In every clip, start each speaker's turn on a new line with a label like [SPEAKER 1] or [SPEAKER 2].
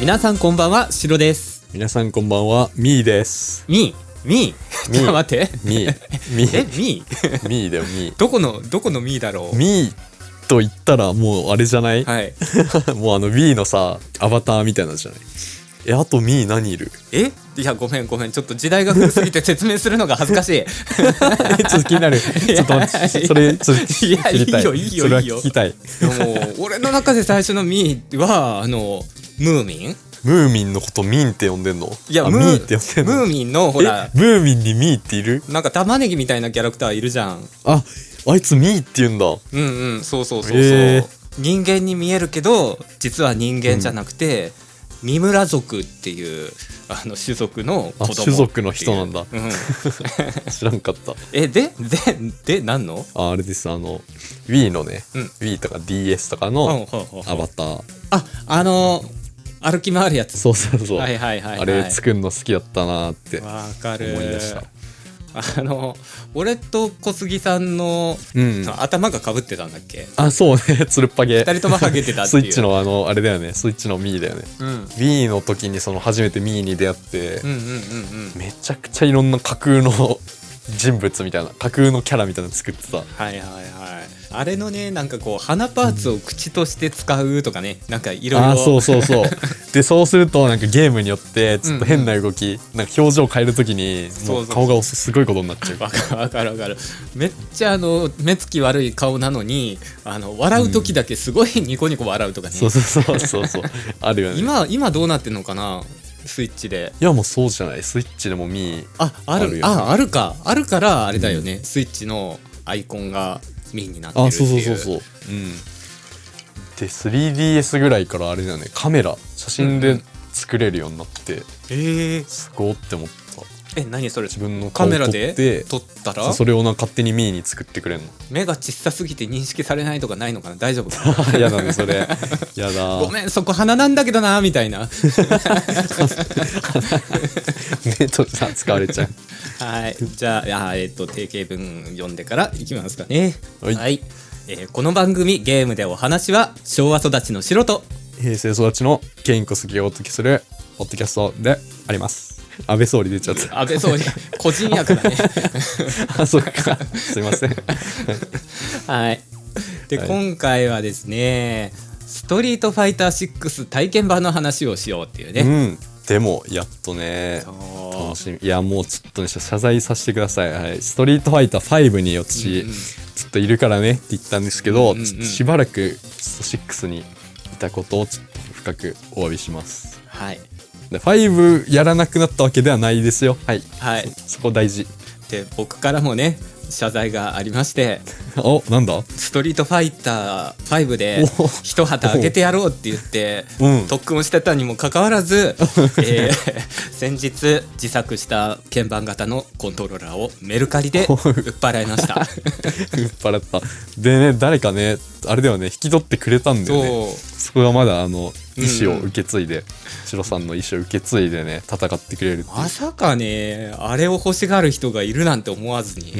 [SPEAKER 1] 皆さんこんばんは、しろです。
[SPEAKER 2] 皆さんこんばんはみーです
[SPEAKER 1] みー、みー、
[SPEAKER 2] みー
[SPEAKER 1] ちょっと待って。
[SPEAKER 2] みーみ
[SPEAKER 1] え、
[SPEAKER 2] ー
[SPEAKER 1] みー、
[SPEAKER 2] みーだよみ
[SPEAKER 1] どこの、どこのみーだろ。
[SPEAKER 2] ーみーと言ったらもうあれじゃないう
[SPEAKER 1] はい。
[SPEAKER 2] もうあの Wii のさアバターみたいなのじゃないえあとミー何いる
[SPEAKER 1] え、いや、ごめん、ごめん、ちょっと時代が古すぎて説明するのが恥ずかしい。
[SPEAKER 2] えちょっと気に なるちょっと待ってそれちょっと
[SPEAKER 1] いや
[SPEAKER 2] 聞きたい
[SPEAKER 1] いいよいいよ
[SPEAKER 2] それはい
[SPEAKER 1] いよ
[SPEAKER 2] 聞きたい
[SPEAKER 1] でも、俺の中で最初のみーは、あの、ムーミン。
[SPEAKER 2] ムーミンのことミンって呼んでんの
[SPEAKER 1] いや、
[SPEAKER 2] あ
[SPEAKER 1] ム
[SPEAKER 2] ミーって呼んでん
[SPEAKER 1] ム
[SPEAKER 2] の
[SPEAKER 1] ーミンの、ほら
[SPEAKER 2] え。ムーミンにミーっている
[SPEAKER 1] なんか玉ねぎみたいなキャラクターいるじゃん。
[SPEAKER 2] ああいつミーって言うんだ
[SPEAKER 1] うんうん、そうそうそうそう。
[SPEAKER 2] へー
[SPEAKER 1] 人間に見えるけど、実は人間じゃなくて、三村族っていうあの種族の子供
[SPEAKER 2] あ種族の人なんだ
[SPEAKER 1] うん、
[SPEAKER 2] 知らんかった
[SPEAKER 1] えででで何の
[SPEAKER 2] ああれですあの Wii のね、
[SPEAKER 1] うん
[SPEAKER 2] Wii とか DS とか
[SPEAKER 1] うん
[SPEAKER 2] の
[SPEAKER 1] ほうほう
[SPEAKER 2] アバター
[SPEAKER 1] ああのー歩き回るやつ
[SPEAKER 2] そうそうそう、
[SPEAKER 1] はいはいはい、はい、
[SPEAKER 2] あれ作るの好きだったなーって
[SPEAKER 1] わかる
[SPEAKER 2] 思い出した
[SPEAKER 1] あの俺と小杉さんの、
[SPEAKER 2] うん
[SPEAKER 1] 頭がかぶってたんだっけ
[SPEAKER 2] あそうね つるっぱげ
[SPEAKER 1] 二人ともハゲてたって
[SPEAKER 2] ス
[SPEAKER 1] い
[SPEAKER 2] イ
[SPEAKER 1] う
[SPEAKER 2] ッチのあのあれだよねスイッチのミーだよね
[SPEAKER 1] うんうん
[SPEAKER 2] ミーの時にその初めてミーに出会って、
[SPEAKER 1] うんうんうん
[SPEAKER 2] めちゃくちゃいろんな架空の人物みたいな架空のキャラみたいなの作ってた
[SPEAKER 1] はいはいはいあれのねなんかこう鼻パーツを口として使うとかねなんかいろいろ
[SPEAKER 2] あーそうそう そうでそうするとなんかゲームによってちょっと変な動き、なんか表情変える時に
[SPEAKER 1] そう
[SPEAKER 2] も
[SPEAKER 1] そううそう
[SPEAKER 2] 顔がおすごいことになっちゃう
[SPEAKER 1] わかるわかるわかるめっちゃあの目つき悪い顔なのにあの笑う時だけすごいニコニコ笑うとかね、
[SPEAKER 2] そうそうそうそうそうあるよねい
[SPEAKER 1] 今今どうなってんのかなスイッチで
[SPEAKER 2] やもうそうじゃないスイッチでもミー
[SPEAKER 1] あある
[SPEAKER 2] あるよね
[SPEAKER 1] ああるかあるからあれだよね、スイッチのアイコンがミーになってる
[SPEAKER 2] あ
[SPEAKER 1] って
[SPEAKER 2] そう
[SPEAKER 1] い
[SPEAKER 2] そううそうそううんで 3DS ぐらいからあれだよねカメラ写真
[SPEAKER 1] う
[SPEAKER 2] で
[SPEAKER 1] ん
[SPEAKER 2] 作れるようになって、
[SPEAKER 1] えー、
[SPEAKER 2] すごーって思った
[SPEAKER 1] え何それ
[SPEAKER 2] 自分の
[SPEAKER 1] カ
[SPEAKER 2] 顔を
[SPEAKER 1] メ
[SPEAKER 2] 撮
[SPEAKER 1] ラ
[SPEAKER 2] って
[SPEAKER 1] で撮った
[SPEAKER 2] そ
[SPEAKER 1] ら
[SPEAKER 2] うそれをな勝手にミーに作ってく れんの
[SPEAKER 1] 目が小さすぎて認識されないとかないのかな大丈夫 かな
[SPEAKER 2] やだねそれやだ
[SPEAKER 1] ごめんそこ鼻なんだけどなみたいな
[SPEAKER 2] 目とさ使われちゃう
[SPEAKER 1] はいじゃあいやえっ、と定型文読んでからいきますかね
[SPEAKER 2] はい
[SPEAKER 1] えーこの番組ゲームでお話は昭和育ちの素人
[SPEAKER 2] 平成育ちのケインコスギをお届けするポッドキャストであります安倍総理出ちゃった
[SPEAKER 1] 安倍総理個人役だね
[SPEAKER 2] あそっかすいません
[SPEAKER 1] はいで、
[SPEAKER 2] はい
[SPEAKER 1] 今回はですねストリートファイター6体験版の話をしようっていう
[SPEAKER 2] う
[SPEAKER 1] ね、
[SPEAKER 2] んでもやっとね
[SPEAKER 1] そう
[SPEAKER 2] 楽しみいやもうちょっとね謝罪させてください、はい、ストリートファイター5に私、
[SPEAKER 1] うんうん
[SPEAKER 2] ちょっといるからねって言ったんですけど、
[SPEAKER 1] うんうんうん
[SPEAKER 2] ちょっとしばらくちょっと6にいたことをちょっと深くお詫びします
[SPEAKER 1] はい
[SPEAKER 2] で5やらなくなったわけではないですよはい
[SPEAKER 1] はい
[SPEAKER 2] そこ大事
[SPEAKER 1] で僕からもね謝罪がありまして
[SPEAKER 2] おなんだ
[SPEAKER 1] ストリートファイター5で
[SPEAKER 2] お
[SPEAKER 1] 一旗あげてやろうって言って
[SPEAKER 2] うん
[SPEAKER 1] 特訓をしてたにもかかわら ず、えー先日自作した鍵盤型のコントローラーをメルカリで売っ払いました
[SPEAKER 2] 酔っ払ったでね誰かねあれではね引き取ってくれたんだよね
[SPEAKER 1] そ
[SPEAKER 2] そこはまだあの
[SPEAKER 1] うん
[SPEAKER 2] 意思を受け継いで、シロさんの意思を受け継いでね戦ってくれるっていう
[SPEAKER 1] まさかねあれを欲しがる人がいるなんて思わずに、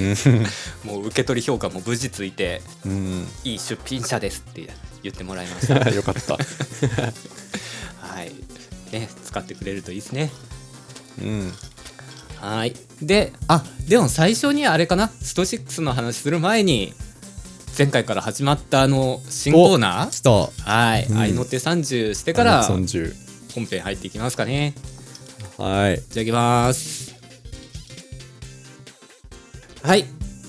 [SPEAKER 1] もう受け取り評価も無事ついて
[SPEAKER 2] うん
[SPEAKER 1] いい出品者ですって言ってもらいま した
[SPEAKER 2] よかった
[SPEAKER 1] はいね使ってくれるといいですね
[SPEAKER 2] うん
[SPEAKER 1] はい。で、あでも最初にあれかな、スト6の話する前に、前回から始まったあの新コーナー
[SPEAKER 2] 来た
[SPEAKER 1] はい。
[SPEAKER 2] うん
[SPEAKER 1] 愛の手30してから本
[SPEAKER 2] 30
[SPEAKER 1] 編入っていきますかね。
[SPEAKER 2] はい
[SPEAKER 1] じゃあ行きます。はい。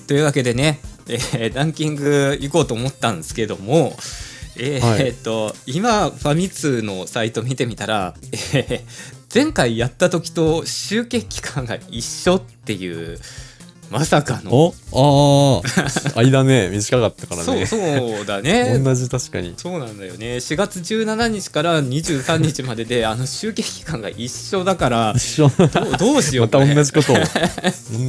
[SPEAKER 1] というわけでね、えーランキング行こうと思ったんですけども、えー
[SPEAKER 2] はい
[SPEAKER 1] えーっと今ファミ通のサイト見てみたら、えー前回やった時と集計期間が一緒っていうまさかの、
[SPEAKER 2] おあ あ間ね短かったから
[SPEAKER 1] そう
[SPEAKER 2] ね
[SPEAKER 1] そうだ ね
[SPEAKER 2] 同じ確かに
[SPEAKER 1] そうなんだよね4月17日から23日までであの集計期間が一緒だから
[SPEAKER 2] 一緒
[SPEAKER 1] どうどうしよう
[SPEAKER 2] ま
[SPEAKER 1] こ
[SPEAKER 2] た
[SPEAKER 1] れ
[SPEAKER 2] 同じ ことを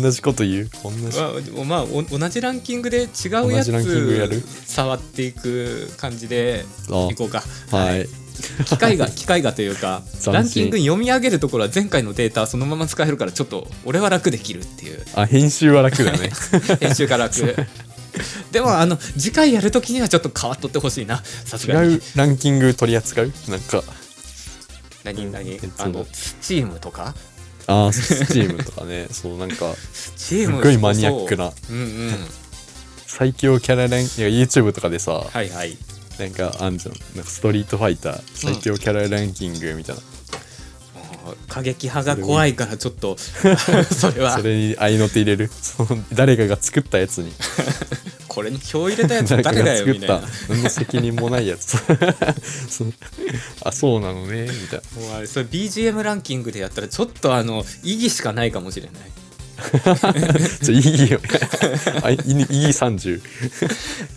[SPEAKER 2] 同じこと言う同じ
[SPEAKER 1] まあ、まあお同じランキングで違うや
[SPEAKER 2] 同じランキングや
[SPEAKER 1] つ
[SPEAKER 2] る
[SPEAKER 1] 触っていく感じで
[SPEAKER 2] あ
[SPEAKER 1] いこうか、
[SPEAKER 2] はい、
[SPEAKER 1] 機械 が機械がというか
[SPEAKER 2] 斬新
[SPEAKER 1] ランキング読み上げるところは前回のデータそのまま使えるからちょっと俺は楽できるって いう
[SPEAKER 2] あ編集は楽だ ね
[SPEAKER 1] 編集が楽でもあの次回やるときにはちょっと変わっとってほしいなさすが
[SPEAKER 2] 違
[SPEAKER 1] に
[SPEAKER 2] うランキング取り扱うなんか
[SPEAKER 1] 何何
[SPEAKER 2] 鉄の
[SPEAKER 1] あのスチームとか
[SPEAKER 2] ああ スチームとかねそうなんか
[SPEAKER 1] スチーム
[SPEAKER 2] すっごいマニアックな
[SPEAKER 1] そううんうん
[SPEAKER 2] 最強キャラランいや YouTube とかでさ、
[SPEAKER 1] はいはい
[SPEAKER 2] なんかあんじゃんなんかストリートファイター最強キャラランキングみたいな、
[SPEAKER 1] もう過激派が怖いからちょっ とそれは
[SPEAKER 2] それに合いの手入れる その誰かが作ったやつに
[SPEAKER 1] これに票入れたやつ
[SPEAKER 2] 誰か
[SPEAKER 1] 誰
[SPEAKER 2] が
[SPEAKER 1] だよ
[SPEAKER 2] 作
[SPEAKER 1] み
[SPEAKER 2] った
[SPEAKER 1] い
[SPEAKER 2] た
[SPEAKER 1] な
[SPEAKER 2] 何の責任もないやつ そうあそうなのねみたいな
[SPEAKER 1] もうあれそれ BGM ランキングでやったらちょっとあの意義しかないかもしれない
[SPEAKER 2] ちょいいよ あいいいい30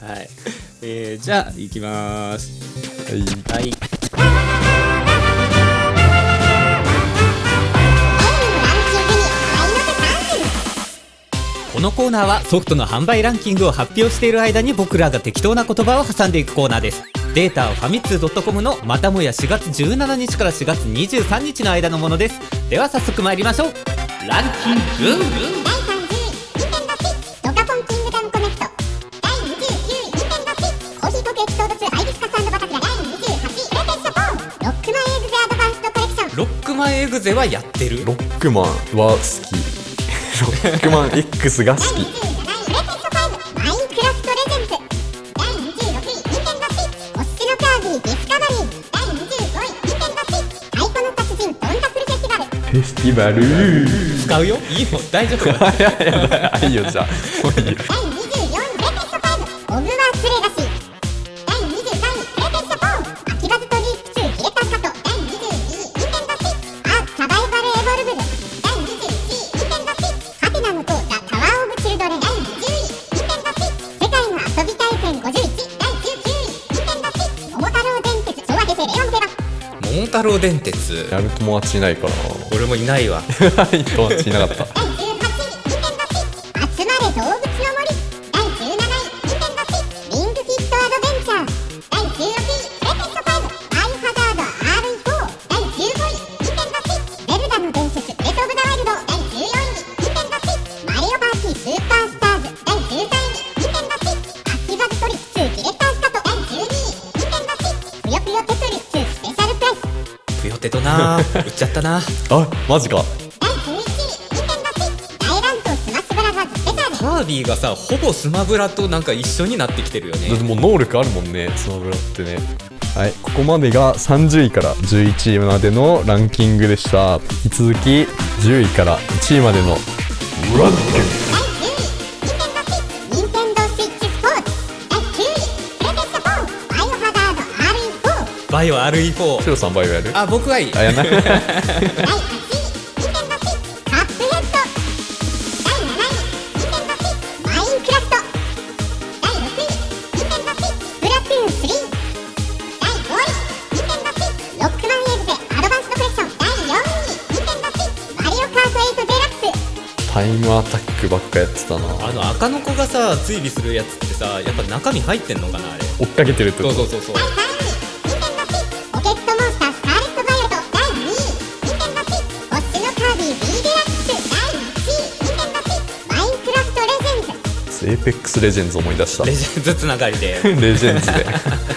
[SPEAKER 1] はい、えーじゃあ行きます
[SPEAKER 2] はい
[SPEAKER 1] はいこのコーナーはソフトの販売ランキングを発表している間に僕らが適当な言葉を挟んでいくコーナーですデータはファミツー .com のまたもや4月17日から4月23日の間のものですでは早速参りましょうランキング
[SPEAKER 3] 第30位、ニンテンドー Switch ドカポンキングダムコネクト第29位、ニンテンドー Switch コーヒーコクエピソード2アイビスカスバタフラ第28位、レペッショポンロックマンエグゼアドバンストコレクション
[SPEAKER 1] ロックマンエグゼはやってる
[SPEAKER 2] ロックマンは好きロックマン X が好
[SPEAKER 3] 第27位、レペッショ
[SPEAKER 2] き
[SPEAKER 3] 5マインクラフトレジェンズ第26位、ニンテンドー Switch おすすめカービィディスカバリー第25位、ニンテンドー Switch アイコの達人ドンダフルフェスティバル
[SPEAKER 2] フェスティバル
[SPEAKER 1] 使うよいいよ大丈夫
[SPEAKER 2] あいいよじゃあも ういいよ
[SPEAKER 3] 第24位レペット5オブワーツレガシー第23位レペット4オブワーツレガシー第22位レペット5秋葉ズとリーク2ヒレタカト第22位ニンテンドースイッチアーサバイバルエボルブル第21位ニンテンドースイッチハテナの塔ザタワーオブチルドレン第20位ニンテンドースイッチ世界の遊び大戦51第19位ニンテンドースイッチ桃太郎電鉄昭和平成レオンゼロ
[SPEAKER 1] 桃太郎電鉄
[SPEAKER 2] やる友達いないから
[SPEAKER 1] 俺もいないわ
[SPEAKER 2] な友達いなかった
[SPEAKER 3] 第18位、ニンテンドースイッチ集まれ動物の森第17位、ニンテンドースイッチリングフィットアドベンチャー第16位、レペット5アイハザード RE4 第15位、ニンテンドースイッチゼルダの伝説、レトオブザワイルド第14位、ニンテンドースイッチマリオパーティースーパースターズ第13位、ニンテンドースイッチアキバズトリック2ディレクタースカト第12位、ニンテンドースイッチぷよぷよテトリス2スペシャルプレイス
[SPEAKER 1] ぷよてとな売っちゃったな
[SPEAKER 2] あマジか
[SPEAKER 3] 第11位、ニンテンドースイッチ大乱闘スマッシュブラザーズスペシャル
[SPEAKER 1] カービィがさほぼスマブラとなんか一緒になってきてるよ
[SPEAKER 2] だって
[SPEAKER 1] ね
[SPEAKER 2] もう能力あるもんねスマブラってねはいここまでが30位から11位までのランキングでした引き続き10位から1位までのランキング
[SPEAKER 3] 第10位、ニンテンドースイッチスポーツ第9位、プレテスト4第8位、レペット4第7位、ニンテンドースイッチアーサバイバルエボルブル第6位、ニンテンドースイッチアイコの達人ドンダフルフェスティバル第5位、レペット5アキバズトリック2ディレクタースカト第4位、ニンテンドースイッチマリオパーティースーパースターズ第3位、ニンテンドースイッチゼルダの伝説、レトロブザワイルド第2位、ニンテンドースイッチマリオパーティースーパースターズ第12位、ニンテンドースイッチアキバズトリック2ディレクタースカト第11位、レペット4アキバズトリック2ディレクタースカト第12位、ニンテンドースイッチゼルダの伝説、レトロブザワイルド第20位、ニンテンドースイッチマリオパーティースーパースターズ第11位、レペット4アキバズトリック2ディレクタースカト第12位、ニンテンドースイッ
[SPEAKER 1] バイオ
[SPEAKER 3] チゼルダの伝説、バイオハザード RE4
[SPEAKER 1] RE4
[SPEAKER 2] 白さんバイオやる
[SPEAKER 1] あ僕はいい
[SPEAKER 2] あやん ない
[SPEAKER 3] 第8位ニンテンド6カップヘッド第7位ニンテンド6マインクラフト第6位ニンテンド6プラトゥーン3第5位ニンテンド6ロックマンエグゼアドバンスドコレクション第4位ニンテンド6マリオカート8デラックス
[SPEAKER 2] タイムアタックばっかやってたな
[SPEAKER 1] あの赤の子がさ追尾するやつってさやっぱ中身入ってんのかなあれ
[SPEAKER 2] 追っかけてるって
[SPEAKER 1] そ
[SPEAKER 2] こ
[SPEAKER 1] う
[SPEAKER 2] と
[SPEAKER 1] そうそうそう
[SPEAKER 3] 第3位ニンテンド6ポケットモンスタースカーレットバイオレット第2位ニンテンド6星のカービィ B デラックス第1位ニンテンド6マインクラフトレジェンズ
[SPEAKER 2] エーペックスレジェンズ思い出した
[SPEAKER 1] レジェンズつながり で
[SPEAKER 2] レジェンズで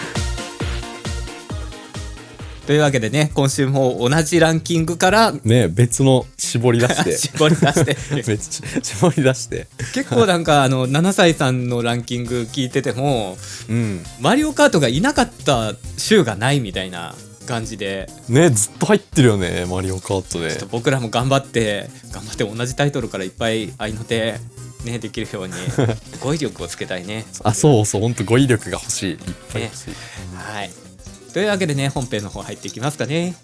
[SPEAKER 1] というわけでね今週も同じランキングから
[SPEAKER 2] ね別の絞り出して
[SPEAKER 1] 絞り出して
[SPEAKER 2] 別絞り出して
[SPEAKER 1] 結構なんかあの7歳さんのランキング聞いてても
[SPEAKER 2] うん
[SPEAKER 1] マリオカートがいなかった週がないみたいな感じで
[SPEAKER 2] ねずっと入ってるよねマリオカー
[SPEAKER 1] ち
[SPEAKER 2] ト
[SPEAKER 1] ょっと
[SPEAKER 2] で
[SPEAKER 1] 僕らも頑張って頑張って同じタイトルからいっぱい合いの手、ね、できる ように語彙力をつけたいね。
[SPEAKER 2] あそうそうほんと語彙力が欲しいいっぱい欲しい、
[SPEAKER 1] はいというわけでね本編の方入っていきますかね。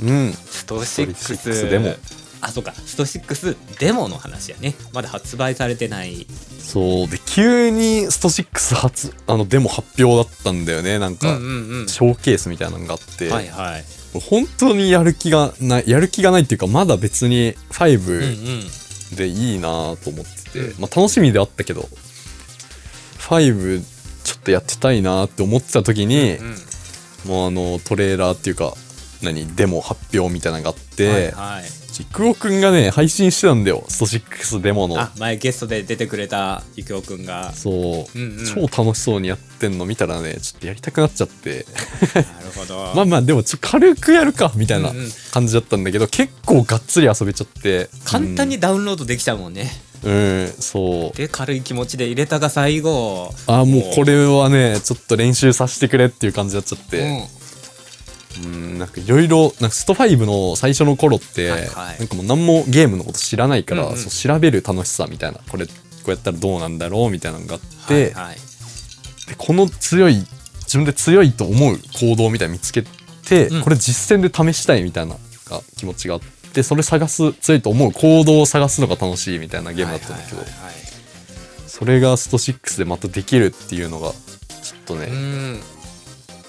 [SPEAKER 2] うん
[SPEAKER 1] スト6
[SPEAKER 2] 6デモ
[SPEAKER 1] あそうかスト6デモの話やねまだ発売されてない
[SPEAKER 2] そうで急にスト6発あのデモ発表だったんだよねなん
[SPEAKER 1] うん
[SPEAKER 2] か、
[SPEAKER 1] うんうん
[SPEAKER 2] ショーケースみたいなのがあって、
[SPEAKER 1] はいはい
[SPEAKER 2] 本当にやる気がないやる気がないっていうかまだ別に
[SPEAKER 1] うんう
[SPEAKER 2] 5
[SPEAKER 1] ん
[SPEAKER 2] でいいなと思ってて、
[SPEAKER 1] うん
[SPEAKER 2] まあ楽しみではあったけど5ちょっとやってたいなって思ってた時に、
[SPEAKER 1] うん
[SPEAKER 2] もうあのトレーラーっていうか何デモ発表みたいなのがあって、
[SPEAKER 1] はいはい
[SPEAKER 2] イクオくんがね、配信してたんだよ。スト6デモの。
[SPEAKER 1] あ前ゲストで出てくれたゆきおくん が
[SPEAKER 2] そう、
[SPEAKER 1] うんうん
[SPEAKER 2] 超楽しそうにやってんの見たらね、ちょっとやりたくなっちゃって。
[SPEAKER 1] なるほど、
[SPEAKER 2] まあまあ、でもちょっと軽くやるか、みたいな
[SPEAKER 1] うんうん
[SPEAKER 2] 感じだったんだけど、結構がっつり遊べちゃって。
[SPEAKER 1] 簡単にダウンロードできちゃうもんね、
[SPEAKER 2] うん、うん、そう。
[SPEAKER 1] で軽い気持ちで入れたが最後
[SPEAKER 2] あーもうこれはねちょっと練習させてくれっていう感じになっちゃって、うん、なんかいろいろなんかスト5の最初の頃って、
[SPEAKER 1] はいはい
[SPEAKER 2] なんかもう何もゲームのこと知らないから、
[SPEAKER 1] うんうん
[SPEAKER 2] そう調べる楽しさみたいなこれこうやったらどうなんだろうみたいなのがあって、
[SPEAKER 1] で、はいはい
[SPEAKER 2] でこの強い自分で強いと思う行動みたいなの見つけて、
[SPEAKER 1] うん
[SPEAKER 2] これ実践で試したいみたいなが気持ちがあってそれ探す強いと思う行動を探すのが楽しいみたいなゲームだったんだけど、
[SPEAKER 1] はいはいはいはい
[SPEAKER 2] それがスト6でまたできるっていうのがちょっとね、
[SPEAKER 1] うん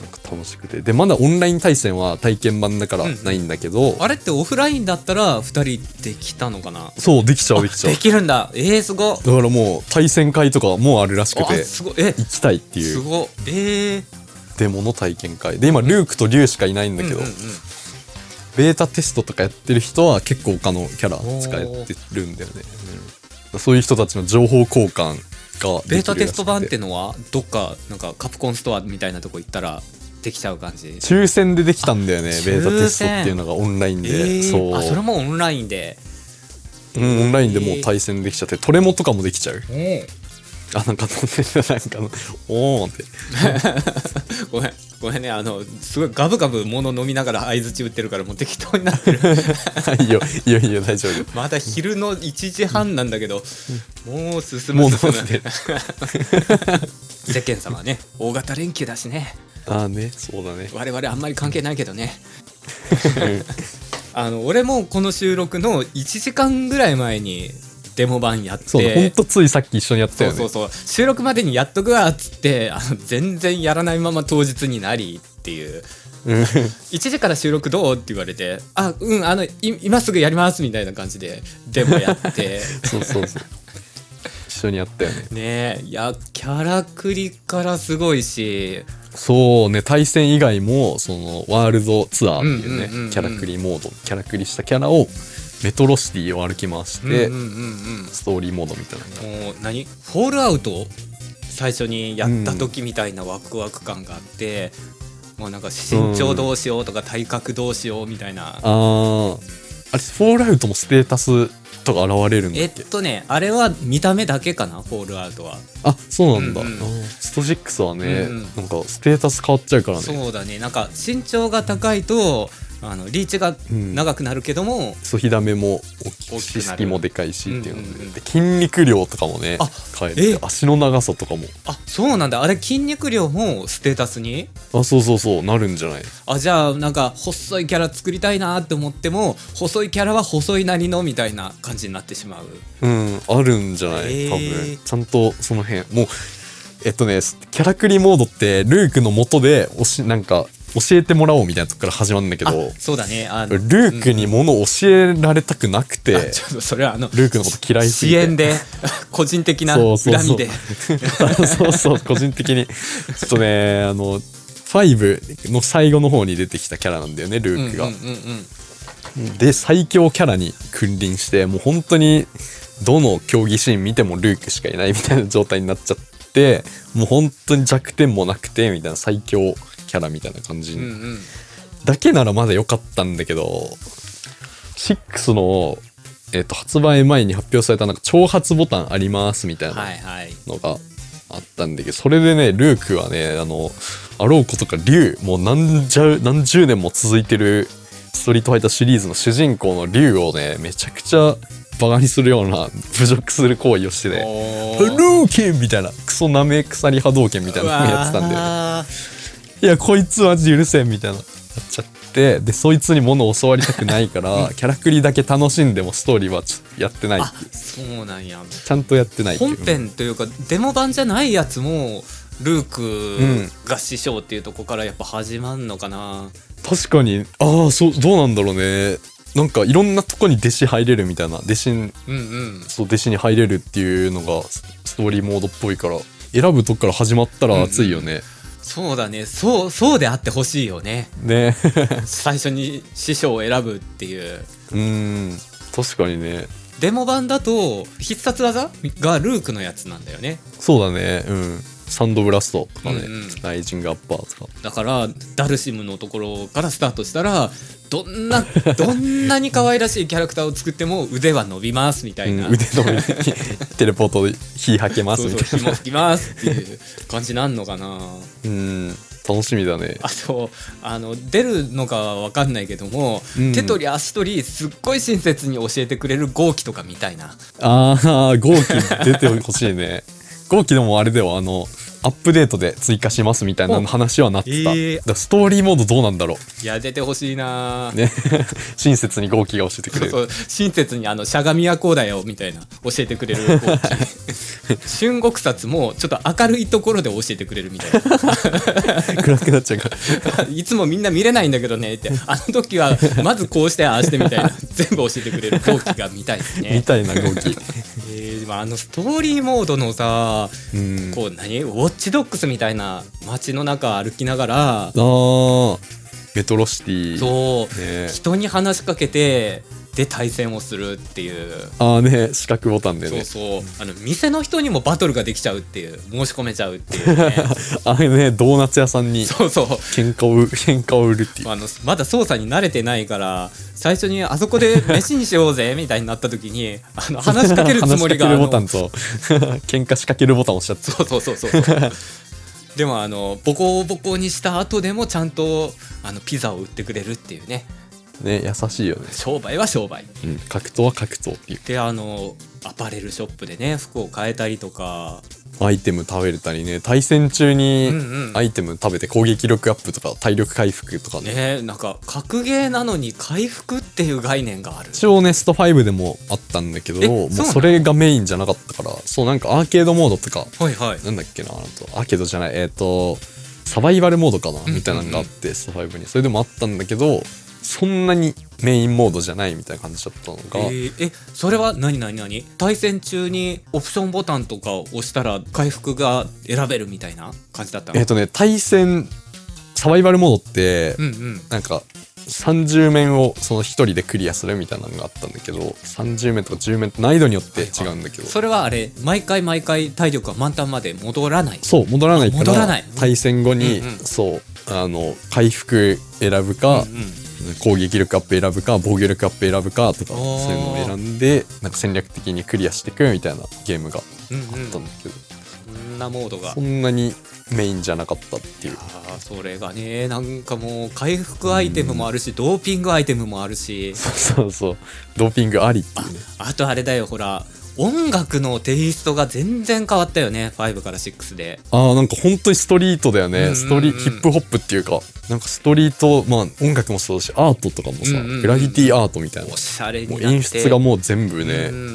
[SPEAKER 2] なんか楽しくてでまだオンライン対戦は体験版だから
[SPEAKER 1] うんうん
[SPEAKER 2] ないんだけど、
[SPEAKER 1] あれってオフラインだったら2人できたのかな
[SPEAKER 2] そうできちゃうできちゃう
[SPEAKER 1] できるんだえー、すごっ
[SPEAKER 2] だからもう対戦会とかもうあるらしく
[SPEAKER 1] あ
[SPEAKER 2] て
[SPEAKER 1] すごいえ
[SPEAKER 2] 行きたいってい
[SPEAKER 1] す
[SPEAKER 2] う
[SPEAKER 1] ごっえー、
[SPEAKER 2] デモの体験会で今ルークとリュウしかいないんだけど、
[SPEAKER 1] うんうんうん
[SPEAKER 2] ベータテストとかやってる人は結構他のキャラ使ってるんだよね、うんそういう人たちの情報交換ができる
[SPEAKER 1] ベー
[SPEAKER 2] らしく
[SPEAKER 1] タテスト版ってのはどっかなんかカプコンストアみたいなとこ行ったらできちゃう感じ
[SPEAKER 2] 抽選でできたんだよね
[SPEAKER 1] あ
[SPEAKER 2] ベータテストっていうのがオンライン
[SPEAKER 1] え
[SPEAKER 2] で、
[SPEAKER 1] ー、
[SPEAKER 2] そう
[SPEAKER 1] あそれもオンラインで
[SPEAKER 2] うんオンラインでもう対戦できちゃってトレモとかもできちゃう
[SPEAKER 1] おー
[SPEAKER 2] あ、なんか、なんか、おーんって。
[SPEAKER 1] ごめんごめんねあのすごいガブガブ物飲みながら相づち打ってるからもう適当になってる
[SPEAKER 2] いいよ、いいよ、いいよ、大丈夫。
[SPEAKER 1] まだ昼の1時半なんだけど、もう進
[SPEAKER 2] もう
[SPEAKER 1] む
[SPEAKER 2] 飲
[SPEAKER 1] 進む
[SPEAKER 2] んでる
[SPEAKER 1] 世間様はね大型連休だしね
[SPEAKER 2] あーね、そうだね。
[SPEAKER 1] 我々あんまり関係ないけどねあの俺もこの収録の1時間ぐらい前にデモ版やって
[SPEAKER 2] そうだ、ほんとついさっき一緒にやった
[SPEAKER 1] そ
[SPEAKER 2] よ
[SPEAKER 1] う
[SPEAKER 2] ね。
[SPEAKER 1] そうそう収録までにやっとくわっつってあの全然やらないまま当日になりっていう
[SPEAKER 2] うん
[SPEAKER 1] 1時から収録どうって言われてあうんあのい今すぐやりますみたいな感じでデモやって
[SPEAKER 2] そうそうそう。一緒にやったよね。
[SPEAKER 1] ねえいやキャラクリからすごいし
[SPEAKER 2] そうね、対戦以外も、その、ワールドツアーっていうね、
[SPEAKER 1] うんうんうんうん
[SPEAKER 2] キャラクリモード、キャラクリしたキャラを、メトロシティを歩き回して、
[SPEAKER 1] うんうんうん
[SPEAKER 2] ストーリーモードみたいなのが。
[SPEAKER 1] うんもう何フォールアウト最初にやった時みたいなワクワク感があって、もうなんか身長どうしようとか体格どうしようみたいな、
[SPEAKER 2] あー、あれ、フォールアウトもステータスとか現れるんだ
[SPEAKER 1] え
[SPEAKER 2] っ
[SPEAKER 1] っ
[SPEAKER 2] け
[SPEAKER 1] とねあれは見た目だけかなフォールアウトは、
[SPEAKER 2] あ、そうなんだ。
[SPEAKER 1] うんうん
[SPEAKER 2] あースト6はね、
[SPEAKER 1] うんうん
[SPEAKER 2] なんか、ステータス変わっちゃうからね。
[SPEAKER 1] そうだねなんか身長が高いとあのリーチが長くなるけども、
[SPEAKER 2] そう火ダメも大き
[SPEAKER 1] 大
[SPEAKER 2] い
[SPEAKER 1] きくなる
[SPEAKER 2] し隙もでかいしっていうので,、
[SPEAKER 1] うんうんうん
[SPEAKER 2] で筋肉量とかもね
[SPEAKER 1] あ
[SPEAKER 2] 変えて
[SPEAKER 1] え
[SPEAKER 2] 足の長さとかも
[SPEAKER 1] あそうなんだあれ筋肉量もステータスに
[SPEAKER 2] あそうそうそうなるんじゃない
[SPEAKER 1] あじゃあなんか細いキャラ作りたいなって思っても細いキャラは細いなりのみたいな感じになってしまう
[SPEAKER 2] うんあるんじゃない、
[SPEAKER 1] えー
[SPEAKER 2] 多分ちゃんとその辺もうえっとねキャラクリモードってルークの元でおしなんか教えてもらおうみたいなとこから始まるんだけ
[SPEAKER 1] あ
[SPEAKER 2] ど
[SPEAKER 1] そうだねあの
[SPEAKER 2] ルークにものを教えられたくなくて、
[SPEAKER 1] うんあちょっとそれはあの
[SPEAKER 2] ルークのこと嫌いすぎ
[SPEAKER 1] 支
[SPEAKER 2] て
[SPEAKER 1] 援で 個人的な恨
[SPEAKER 2] そうそうそ
[SPEAKER 1] み
[SPEAKER 2] う
[SPEAKER 1] で
[SPEAKER 2] そうそう個人的にちょっとねあの5の最後の方に出てきたキャラなんだよねル
[SPEAKER 1] うんう
[SPEAKER 2] ー
[SPEAKER 1] んうん
[SPEAKER 2] ク
[SPEAKER 1] う
[SPEAKER 2] が、
[SPEAKER 1] ん
[SPEAKER 2] で最強キャラに君臨してもう本当にどの競技シーン見てもルークしかいないみたいな状態になっちゃってもう本当に弱点もなくてみたいな最強キャラみたいな感じ、
[SPEAKER 1] うんうん
[SPEAKER 2] だけならまだ良かったんだけど6の、えっと発売前に発表されたなんか挑発ボタンありますみたいな、
[SPEAKER 1] はいはい
[SPEAKER 2] のがあったんだけどそれでねルークはねあのあろうことか竜もう何じゃ何十年も続いてるストリートファイターシリーズの主人公の竜をねめちゃくちゃバカにするような侮辱する行為をしてね「
[SPEAKER 1] お
[SPEAKER 2] ルーケン!」みたいなクソなめ鎖波動拳みたいなのをやってたんだよね。
[SPEAKER 1] よ
[SPEAKER 2] いやこいつマジ許せんみたいななっちゃってでそいつに物を教わりたくないからキャラクリだけ楽しんでもストーリーはちょっとやってない
[SPEAKER 1] あそうなんや
[SPEAKER 2] ちゃんとやってないっていう
[SPEAKER 1] 本編というかデモ版じゃないやつもルークが師匠っていうとこからやっぱ始まんのかな、
[SPEAKER 2] 確かにああそうどうなんだろうねなんかいろんなとこに弟子入れるみたいな弟子に
[SPEAKER 1] うん、うん
[SPEAKER 2] そう弟子に入れるっていうのがスストーリーモードっぽいから選ぶとこから始まったら熱いよね、
[SPEAKER 1] そうだねそうそうであってほしいよね
[SPEAKER 2] ね
[SPEAKER 1] 最初に師匠を選ぶっていう
[SPEAKER 2] うん確かにね
[SPEAKER 1] デモ版だと必殺技がルークのやつなんだよね
[SPEAKER 2] そうだねうんサンドブラストとかね、
[SPEAKER 1] うんうん
[SPEAKER 2] ライジングアッパーとか
[SPEAKER 1] だからダルシムのところからスタートしたらどん などんなに可愛らしいキャラクターを作っても腕は伸びますみたいな、
[SPEAKER 2] うん腕の上に テレポートで火吐けます
[SPEAKER 1] そう
[SPEAKER 2] み
[SPEAKER 1] そ
[SPEAKER 2] た
[SPEAKER 1] う
[SPEAKER 2] いな
[SPEAKER 1] 紐吹きますっていう感じなんのかな
[SPEAKER 2] うん楽しみだね
[SPEAKER 1] あとあの出るのかは分かんないけども、
[SPEAKER 2] うん
[SPEAKER 1] 手取り足取りすっごい親切に教えてくれる豪気とかみたいな
[SPEAKER 2] ああ号機出てほしい ね号機でもあれだよあのアップデートで追加しますみたいな
[SPEAKER 1] お
[SPEAKER 2] 話はなってた、
[SPEAKER 1] えー
[SPEAKER 2] だからストーリーモードどうなんだろ
[SPEAKER 1] いや出てほしいな、
[SPEAKER 2] うね 親切に号機が教えてく
[SPEAKER 1] そ
[SPEAKER 2] れ
[SPEAKER 1] う
[SPEAKER 2] る
[SPEAKER 1] そう親切にあのしゃがみはこうだよみたいな教えてくれ る豪気春国殺もちょっと明るいところで教えてくれるみたいな
[SPEAKER 2] 暗くなっちゃうから
[SPEAKER 1] いつもみんな見れないんだけどねってあの時はまずこうしてああしてみた いな全部教えてくれる後期が見たいです
[SPEAKER 2] み
[SPEAKER 1] ね。
[SPEAKER 2] たいな動き。
[SPEAKER 1] えーまああのストーリーモードのさ
[SPEAKER 2] うん。
[SPEAKER 1] こう何ウォッチドックスみたいな街の中歩きながら
[SPEAKER 2] ああ、メトロシティ。
[SPEAKER 1] そう、
[SPEAKER 2] ね
[SPEAKER 1] 人に話しかけてで対戦をするっていう。
[SPEAKER 2] ああね、四角ボタンで
[SPEAKER 1] そ
[SPEAKER 2] ね
[SPEAKER 1] う。そうあの店の人にもバトルができちゃうって いう申し込めちゃうっていうね
[SPEAKER 2] あれね、ドーナツ屋さんに
[SPEAKER 1] そうそう
[SPEAKER 2] 喧嘩を売、喧嘩を売るっていう。
[SPEAKER 1] あのまだ操作に慣れてないから最初にあそこで飯にしようぜみたいになった時にあの話しかけるつもりが
[SPEAKER 2] 話しかけ
[SPEAKER 1] あ
[SPEAKER 2] る
[SPEAKER 1] の
[SPEAKER 2] ボタンと、 喧嘩仕掛けるボタンを押しちゃっ
[SPEAKER 1] そうそうそうそうそうでもあのボコボコにした後でもちゃんとあのピザを売ってくれるっていうね
[SPEAKER 2] た。ね、優しいよね。
[SPEAKER 1] 商売は商売
[SPEAKER 2] うん、格闘は格闘っていう。
[SPEAKER 1] であのアパレルショップでね服を変えたりとか
[SPEAKER 2] アイテム食べれたりね、対戦中に
[SPEAKER 1] うんうん
[SPEAKER 2] アイテム食べて攻撃力アップとか体力回復とかね。
[SPEAKER 1] ねなんか格ゲーなのに回復っていう概念がある
[SPEAKER 2] 一応ね、スト5でもあったんだけど、
[SPEAKER 1] え
[SPEAKER 2] もう
[SPEAKER 1] そうなの
[SPEAKER 2] それがメインじゃなかったから、そうなんかアーケードモードとか、
[SPEAKER 1] はいはい
[SPEAKER 2] なんだっけなあとアーケードじゃないえっ、とサバイバルモードかな
[SPEAKER 1] うん
[SPEAKER 2] みたいなのがあって、スト5にそれでもあったんだけどそんなにメインモードじゃないみたいな感じだったのが、
[SPEAKER 1] えーえそれは何何何対戦中にオプションボタンとかを押したら回復が選べるみたいな感じだったの
[SPEAKER 2] えっ、とね対戦サバイバルモードって、
[SPEAKER 1] うんうん
[SPEAKER 2] なんか30面をその1人でクリアするみたいなのがあったんだけど30面とか10面って難易度によって違うんだけど、
[SPEAKER 1] それはあれ毎回毎回体力が満タンまで戻らない
[SPEAKER 2] そう戻らないから
[SPEAKER 1] 戻らない
[SPEAKER 2] 対戦後に、
[SPEAKER 1] うんうん
[SPEAKER 2] そうあの回復選ぶか、
[SPEAKER 1] うんうん
[SPEAKER 2] 攻撃力アップ選ぶか防御力アップ選ぶかとか
[SPEAKER 1] おー
[SPEAKER 2] そういうのを選んでなんか戦略的にクリアしていくみたいなゲームがあっ
[SPEAKER 1] うんうん
[SPEAKER 2] た
[SPEAKER 1] そ
[SPEAKER 2] んだけど、
[SPEAKER 1] んなモードが
[SPEAKER 2] そんなにメインじゃなかったっていう
[SPEAKER 1] あーそれがねなんかもう回復アイテムもあるしドーピングアイテムもあるし
[SPEAKER 2] そうそうドーピングありっていうね
[SPEAKER 1] あとあれだよほら音楽のテイストが全然変わったよね5から6で
[SPEAKER 2] ああなんか本当にストリートだよね、
[SPEAKER 1] うんうんうん
[SPEAKER 2] ストリヒップホップっていうかなんかストリートまあ音楽もそうだしアートとかもさ、
[SPEAKER 1] うんうんうん
[SPEAKER 2] グラフィティアートみたいな
[SPEAKER 1] おしゃれにな
[SPEAKER 2] も
[SPEAKER 1] っ
[SPEAKER 2] う
[SPEAKER 1] て
[SPEAKER 2] 演出がもう全部ね、
[SPEAKER 1] うん
[SPEAKER 2] う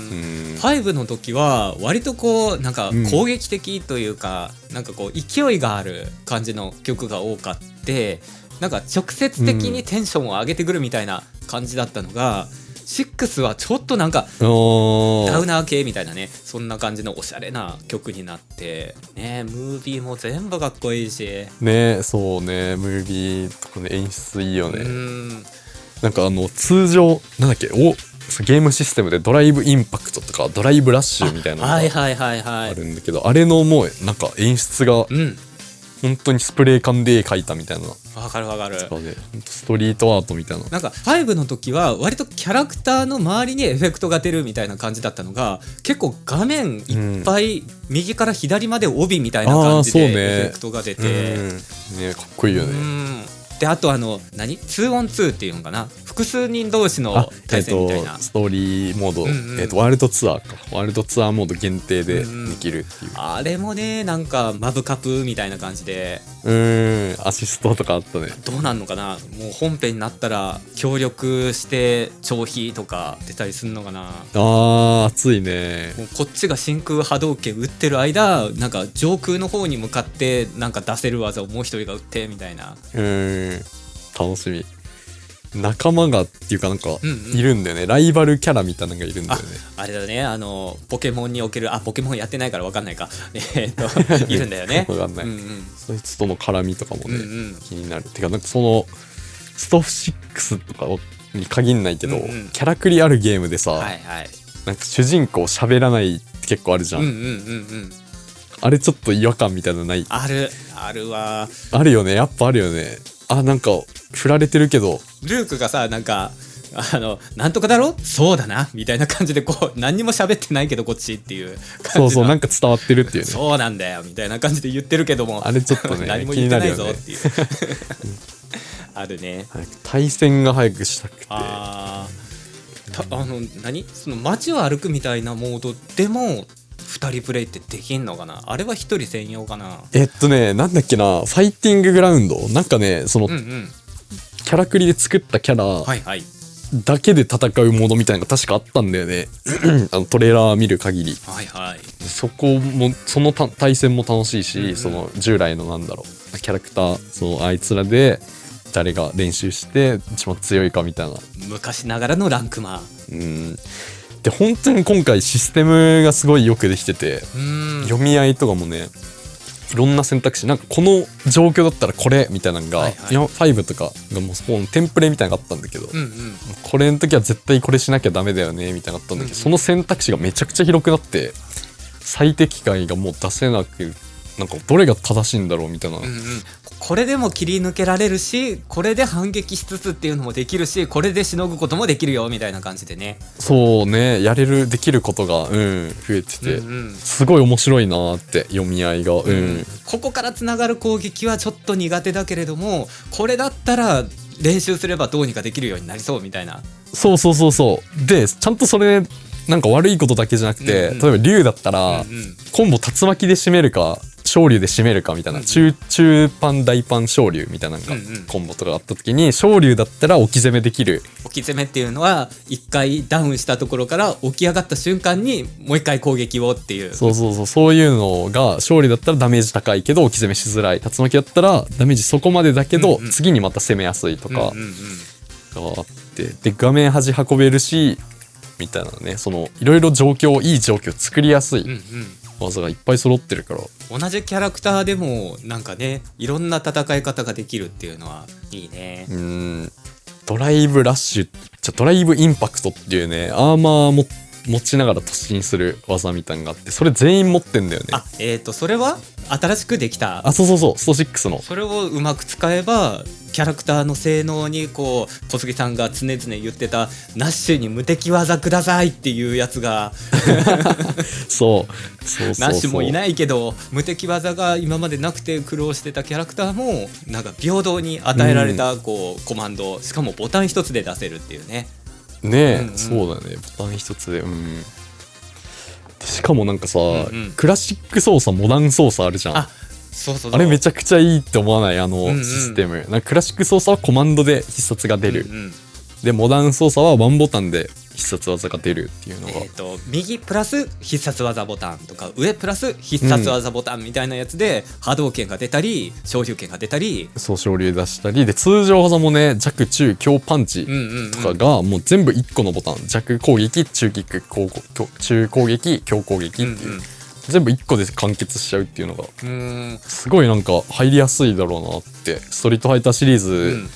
[SPEAKER 2] ん
[SPEAKER 1] 5の時は割とこうなんか
[SPEAKER 2] うん
[SPEAKER 1] 攻撃的というか、なんかこう勢いがある感じの曲が多かってなんか直接的にテンションを上げてくるみたいな感じだったのが、6はちょっとなんか
[SPEAKER 2] あー
[SPEAKER 1] ダウナー系みたいなねそんな感じのおしゃれな曲になってねムービーも全部かっこいいし。
[SPEAKER 2] ねそうねムービーとかね演出いいよね、
[SPEAKER 1] うん
[SPEAKER 2] なんかあの通常なんだっけおそうゲームシステムでドライブインパクトとかドライブラッシュみたいな
[SPEAKER 1] は
[SPEAKER 2] の
[SPEAKER 1] い
[SPEAKER 2] が
[SPEAKER 1] はいはいは
[SPEAKER 2] あ
[SPEAKER 1] い。
[SPEAKER 2] るんだけどあれのもうなんか演出が
[SPEAKER 1] うん
[SPEAKER 2] 本当にスプレー缶で絵描いたみたいな
[SPEAKER 1] わかるわかる。
[SPEAKER 2] のでほんとストリートアートみたいな
[SPEAKER 1] なんか5の時は割とキャラクターの周りにエフェクトが出るみたいな感じだったのが結構画面いっぱい右から左まで帯みたいな感じで
[SPEAKER 2] あーそう
[SPEAKER 1] エ
[SPEAKER 2] ね
[SPEAKER 1] フェクトが出て
[SPEAKER 2] うんねかっこいいよ
[SPEAKER 1] う
[SPEAKER 2] ね
[SPEAKER 1] んであとあの何 2on2 っていうのかな複数人同士
[SPEAKER 2] あ
[SPEAKER 1] の
[SPEAKER 2] え
[SPEAKER 1] 対
[SPEAKER 2] っ
[SPEAKER 1] 戦み
[SPEAKER 2] と
[SPEAKER 1] たいな、
[SPEAKER 2] ストーリーモード、
[SPEAKER 1] うんうん
[SPEAKER 2] えっとワールドツアーかワールドツアーモード限定でできるっていう
[SPEAKER 1] あれもねなんかマブカップみたいな感じで
[SPEAKER 2] うーんアシストとかあったね
[SPEAKER 1] どうなんのかなもう本編になったら協力して消費とか出たりするのかな
[SPEAKER 2] あー熱いね
[SPEAKER 1] もうこっちが真空波動拳打ってる間なんか上空の方に向かってなんか出せる技をもう一人が打ってみたいな
[SPEAKER 2] うーん楽しみ仲間がっていうかなんか
[SPEAKER 1] うんうん
[SPEAKER 2] いるんだよね、ライバルキャラみたいなのがいるんだよね
[SPEAKER 1] あれだねあのポケモンにおけるあポケモンやってないから分かんないか えーっ といるんだよね
[SPEAKER 2] わかんない
[SPEAKER 1] うんうん
[SPEAKER 2] そいつとの絡みとかも
[SPEAKER 1] うん
[SPEAKER 2] ね、
[SPEAKER 1] うん
[SPEAKER 2] 気になるてかなんかそのストフ6とかに限んないけ
[SPEAKER 1] う
[SPEAKER 2] ど、
[SPEAKER 1] んうん
[SPEAKER 2] キャラクリあるゲームでさ、
[SPEAKER 1] はいはい
[SPEAKER 2] なんか主人公喋らないって結構あるじゃ、
[SPEAKER 1] うんんうんうんうん
[SPEAKER 2] あれちょっと違和感みたいなのない
[SPEAKER 1] あるあるわ
[SPEAKER 2] あるよねやっぱあるよねあなんか振られてるけど
[SPEAKER 1] ルークがさなんかあのなんとかだろそうだなみたいな感じでこう何にも喋ってないけどこっちっていう
[SPEAKER 2] そ
[SPEAKER 1] 感
[SPEAKER 2] う
[SPEAKER 1] じ
[SPEAKER 2] そう
[SPEAKER 1] の
[SPEAKER 2] なんか伝わってるっていうね
[SPEAKER 1] そうなんだよみたいな感じで言ってるけども
[SPEAKER 2] あれちょっとね
[SPEAKER 1] 何も言ってないぞ
[SPEAKER 2] 気になるよね
[SPEAKER 1] っ ていうあるね
[SPEAKER 2] 早く対戦が早くしたくて
[SPEAKER 1] あーたあの何その街を歩くみたいなモードでも2人プレイってできんのかなあれは1人専用かな
[SPEAKER 2] えっとねなんだっけなファイティンググラウンドなんかねその、
[SPEAKER 1] うんうん
[SPEAKER 2] キャラクリで作ったキャラ
[SPEAKER 1] はいはい
[SPEAKER 2] だけで戦うモードみたいなのが確かあったんだよね あのトレーラー見る限り
[SPEAKER 1] はいはい
[SPEAKER 2] そこもそのた対戦も楽しいし、
[SPEAKER 1] うんうん
[SPEAKER 2] その従来のなんだろうキャラクターそうあいつらで誰が練習して一番強いかみたいな
[SPEAKER 1] 昔ながらのランクマ
[SPEAKER 2] うんで本当に今回システムがすごいよくできて
[SPEAKER 1] ンう
[SPEAKER 2] て、
[SPEAKER 1] ーん
[SPEAKER 2] 読み合いとかもねいろんな選択肢なんかこの状況だったらこれみたいなのが、
[SPEAKER 1] はいいはい
[SPEAKER 2] や5とかがもうそのテンプレみたいなのがあったんだけど、
[SPEAKER 1] うんうん
[SPEAKER 2] これの時は絶対これしなきゃダメだよねみたいなのあったんだ
[SPEAKER 1] うん
[SPEAKER 2] けど、
[SPEAKER 1] うん
[SPEAKER 2] その選択肢がめちゃくちゃ広くなって最適解がもう出せなくなんかどれが正しいんだろうみたいな、
[SPEAKER 1] うんうんこれでも切り抜けられるしこれで反撃しつつっていうのもできるしこれでしのぐこともできるよみたいな感じでね
[SPEAKER 2] そうねやれるできることが、うん、増えてて、
[SPEAKER 1] うんうん
[SPEAKER 2] すごい面白いなーって読み合いが、うん
[SPEAKER 1] ここからつながる攻撃はちょっと苦手だけれどもこれだったら練習すればどうにかできるようになりそうみたいな
[SPEAKER 2] そうそうそうそうでちゃんとそれなんか悪いことだけじゃなく
[SPEAKER 1] う
[SPEAKER 2] て、
[SPEAKER 1] んうん
[SPEAKER 2] 例えば竜だったら、
[SPEAKER 1] うんうん
[SPEAKER 2] コンボ竜巻で締めるか昇竜で締めるかみたいな、中中パン大パン昇竜みたいなのが
[SPEAKER 1] うんうん
[SPEAKER 2] コンボとかあった時に昇竜だったら置き攻めできる
[SPEAKER 1] 置き攻めっていうのは一回ダウンしたところから起き上がった瞬間にもう一回攻撃をっていう
[SPEAKER 2] そうそうそうそういうのが勝利だったらダメージ高いけど置き攻めしづらい竜巻だったらダメージそこまでだけど、
[SPEAKER 1] うんうん
[SPEAKER 2] 次にまた攻めやすいと
[SPEAKER 1] うんうん
[SPEAKER 2] か
[SPEAKER 1] うん
[SPEAKER 2] があって、で画面端運べるしみたいなねそのいろいろ状況いい状況作りやす
[SPEAKER 1] うんう
[SPEAKER 2] い
[SPEAKER 1] ん
[SPEAKER 2] 技がいっぱい揃ってるから、
[SPEAKER 1] 同じキャラクターでもなんかねいろんな戦い方ができるっていうのはいいね
[SPEAKER 2] うーんドライブラッシュじゃドライブインパクトっていうねアーマーも持ちながら突進する技みたいなのがあってそれ全員持ってんだよね
[SPEAKER 1] あえっ、とそれは新しくできた
[SPEAKER 2] あそうそうそうスト6の
[SPEAKER 1] それをうまく使えばキャラクターの性能にこう小杉さんが常々言ってた「ナッシュに無敵技ください」っていうやつ が
[SPEAKER 2] そうそうそうそう
[SPEAKER 1] ナッシュもい
[SPEAKER 2] い
[SPEAKER 1] ないけど無敵技が今までなくて苦労してたキャラクターもなんか平等に与えられたこうコマンドしかもボタン一つで出せるっていうね
[SPEAKER 2] ねえ、
[SPEAKER 1] うんうん
[SPEAKER 2] そうだねボタン一つでうんでしかもなんかさ、
[SPEAKER 1] んうん
[SPEAKER 2] クラシック操作モダン操作あるじゃん
[SPEAKER 1] あそうそうそう
[SPEAKER 2] あれめ
[SPEAKER 1] ゃ
[SPEAKER 2] ちゃくちゃいいって思わないあの
[SPEAKER 1] んうん
[SPEAKER 2] システム、なんかクラシック操作はコマンドで必殺が出る、
[SPEAKER 1] うんうん
[SPEAKER 2] でモダン操作はワンボタンで必殺技が出るっていうのが、
[SPEAKER 1] えー、と右プラス必殺技ボタンとか上プラス必殺技ボタンみたいなやつで波動拳が出たり昇竜拳が出たり
[SPEAKER 2] そう昇竜出したりで通常技もね弱中強パンチ
[SPEAKER 1] うんうんうん
[SPEAKER 2] とかがもう全部1個のボタン弱攻撃中キック高攻強中攻撃強攻撃っていう、
[SPEAKER 1] うんうん
[SPEAKER 2] 全部1個で完結しちゃうっていうのが
[SPEAKER 1] うーん
[SPEAKER 2] すごいなんか入りやすいだろうなってストリートファイターシリーズ、
[SPEAKER 1] うん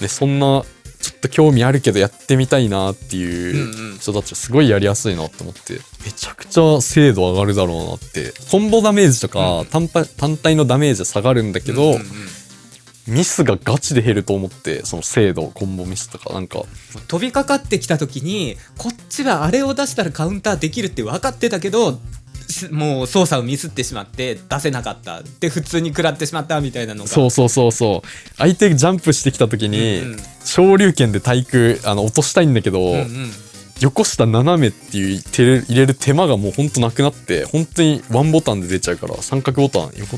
[SPEAKER 2] でそんなちょっと興味あるけどやってみたいなって
[SPEAKER 1] ん
[SPEAKER 2] いううん人たちはすごいやりやすいなって思ってめちゃくちゃ精度上がるだろうなってコンボダメージとか単体単体のダメージは下がるんだけど、
[SPEAKER 1] うんうんうん
[SPEAKER 2] ミスがガチで減ると思ってその精度コンボミスとかなんか
[SPEAKER 1] 飛びかかってきた時にこっちはあれを出したらカウンターできるって分かってたけどしもう操作をミスってしまって出せなかったで普通に食らってしまったみたいなのが
[SPEAKER 2] そうそうそうそう相手ジャンプしてきた時に、
[SPEAKER 1] うんうん
[SPEAKER 2] 昇竜拳で対空あの落としたいんだけど、
[SPEAKER 1] うんうん
[SPEAKER 2] 横下斜めっていう手入れる手間がもうほんとなくなって本当にワンボタンで出ちゃうから三角ボタン横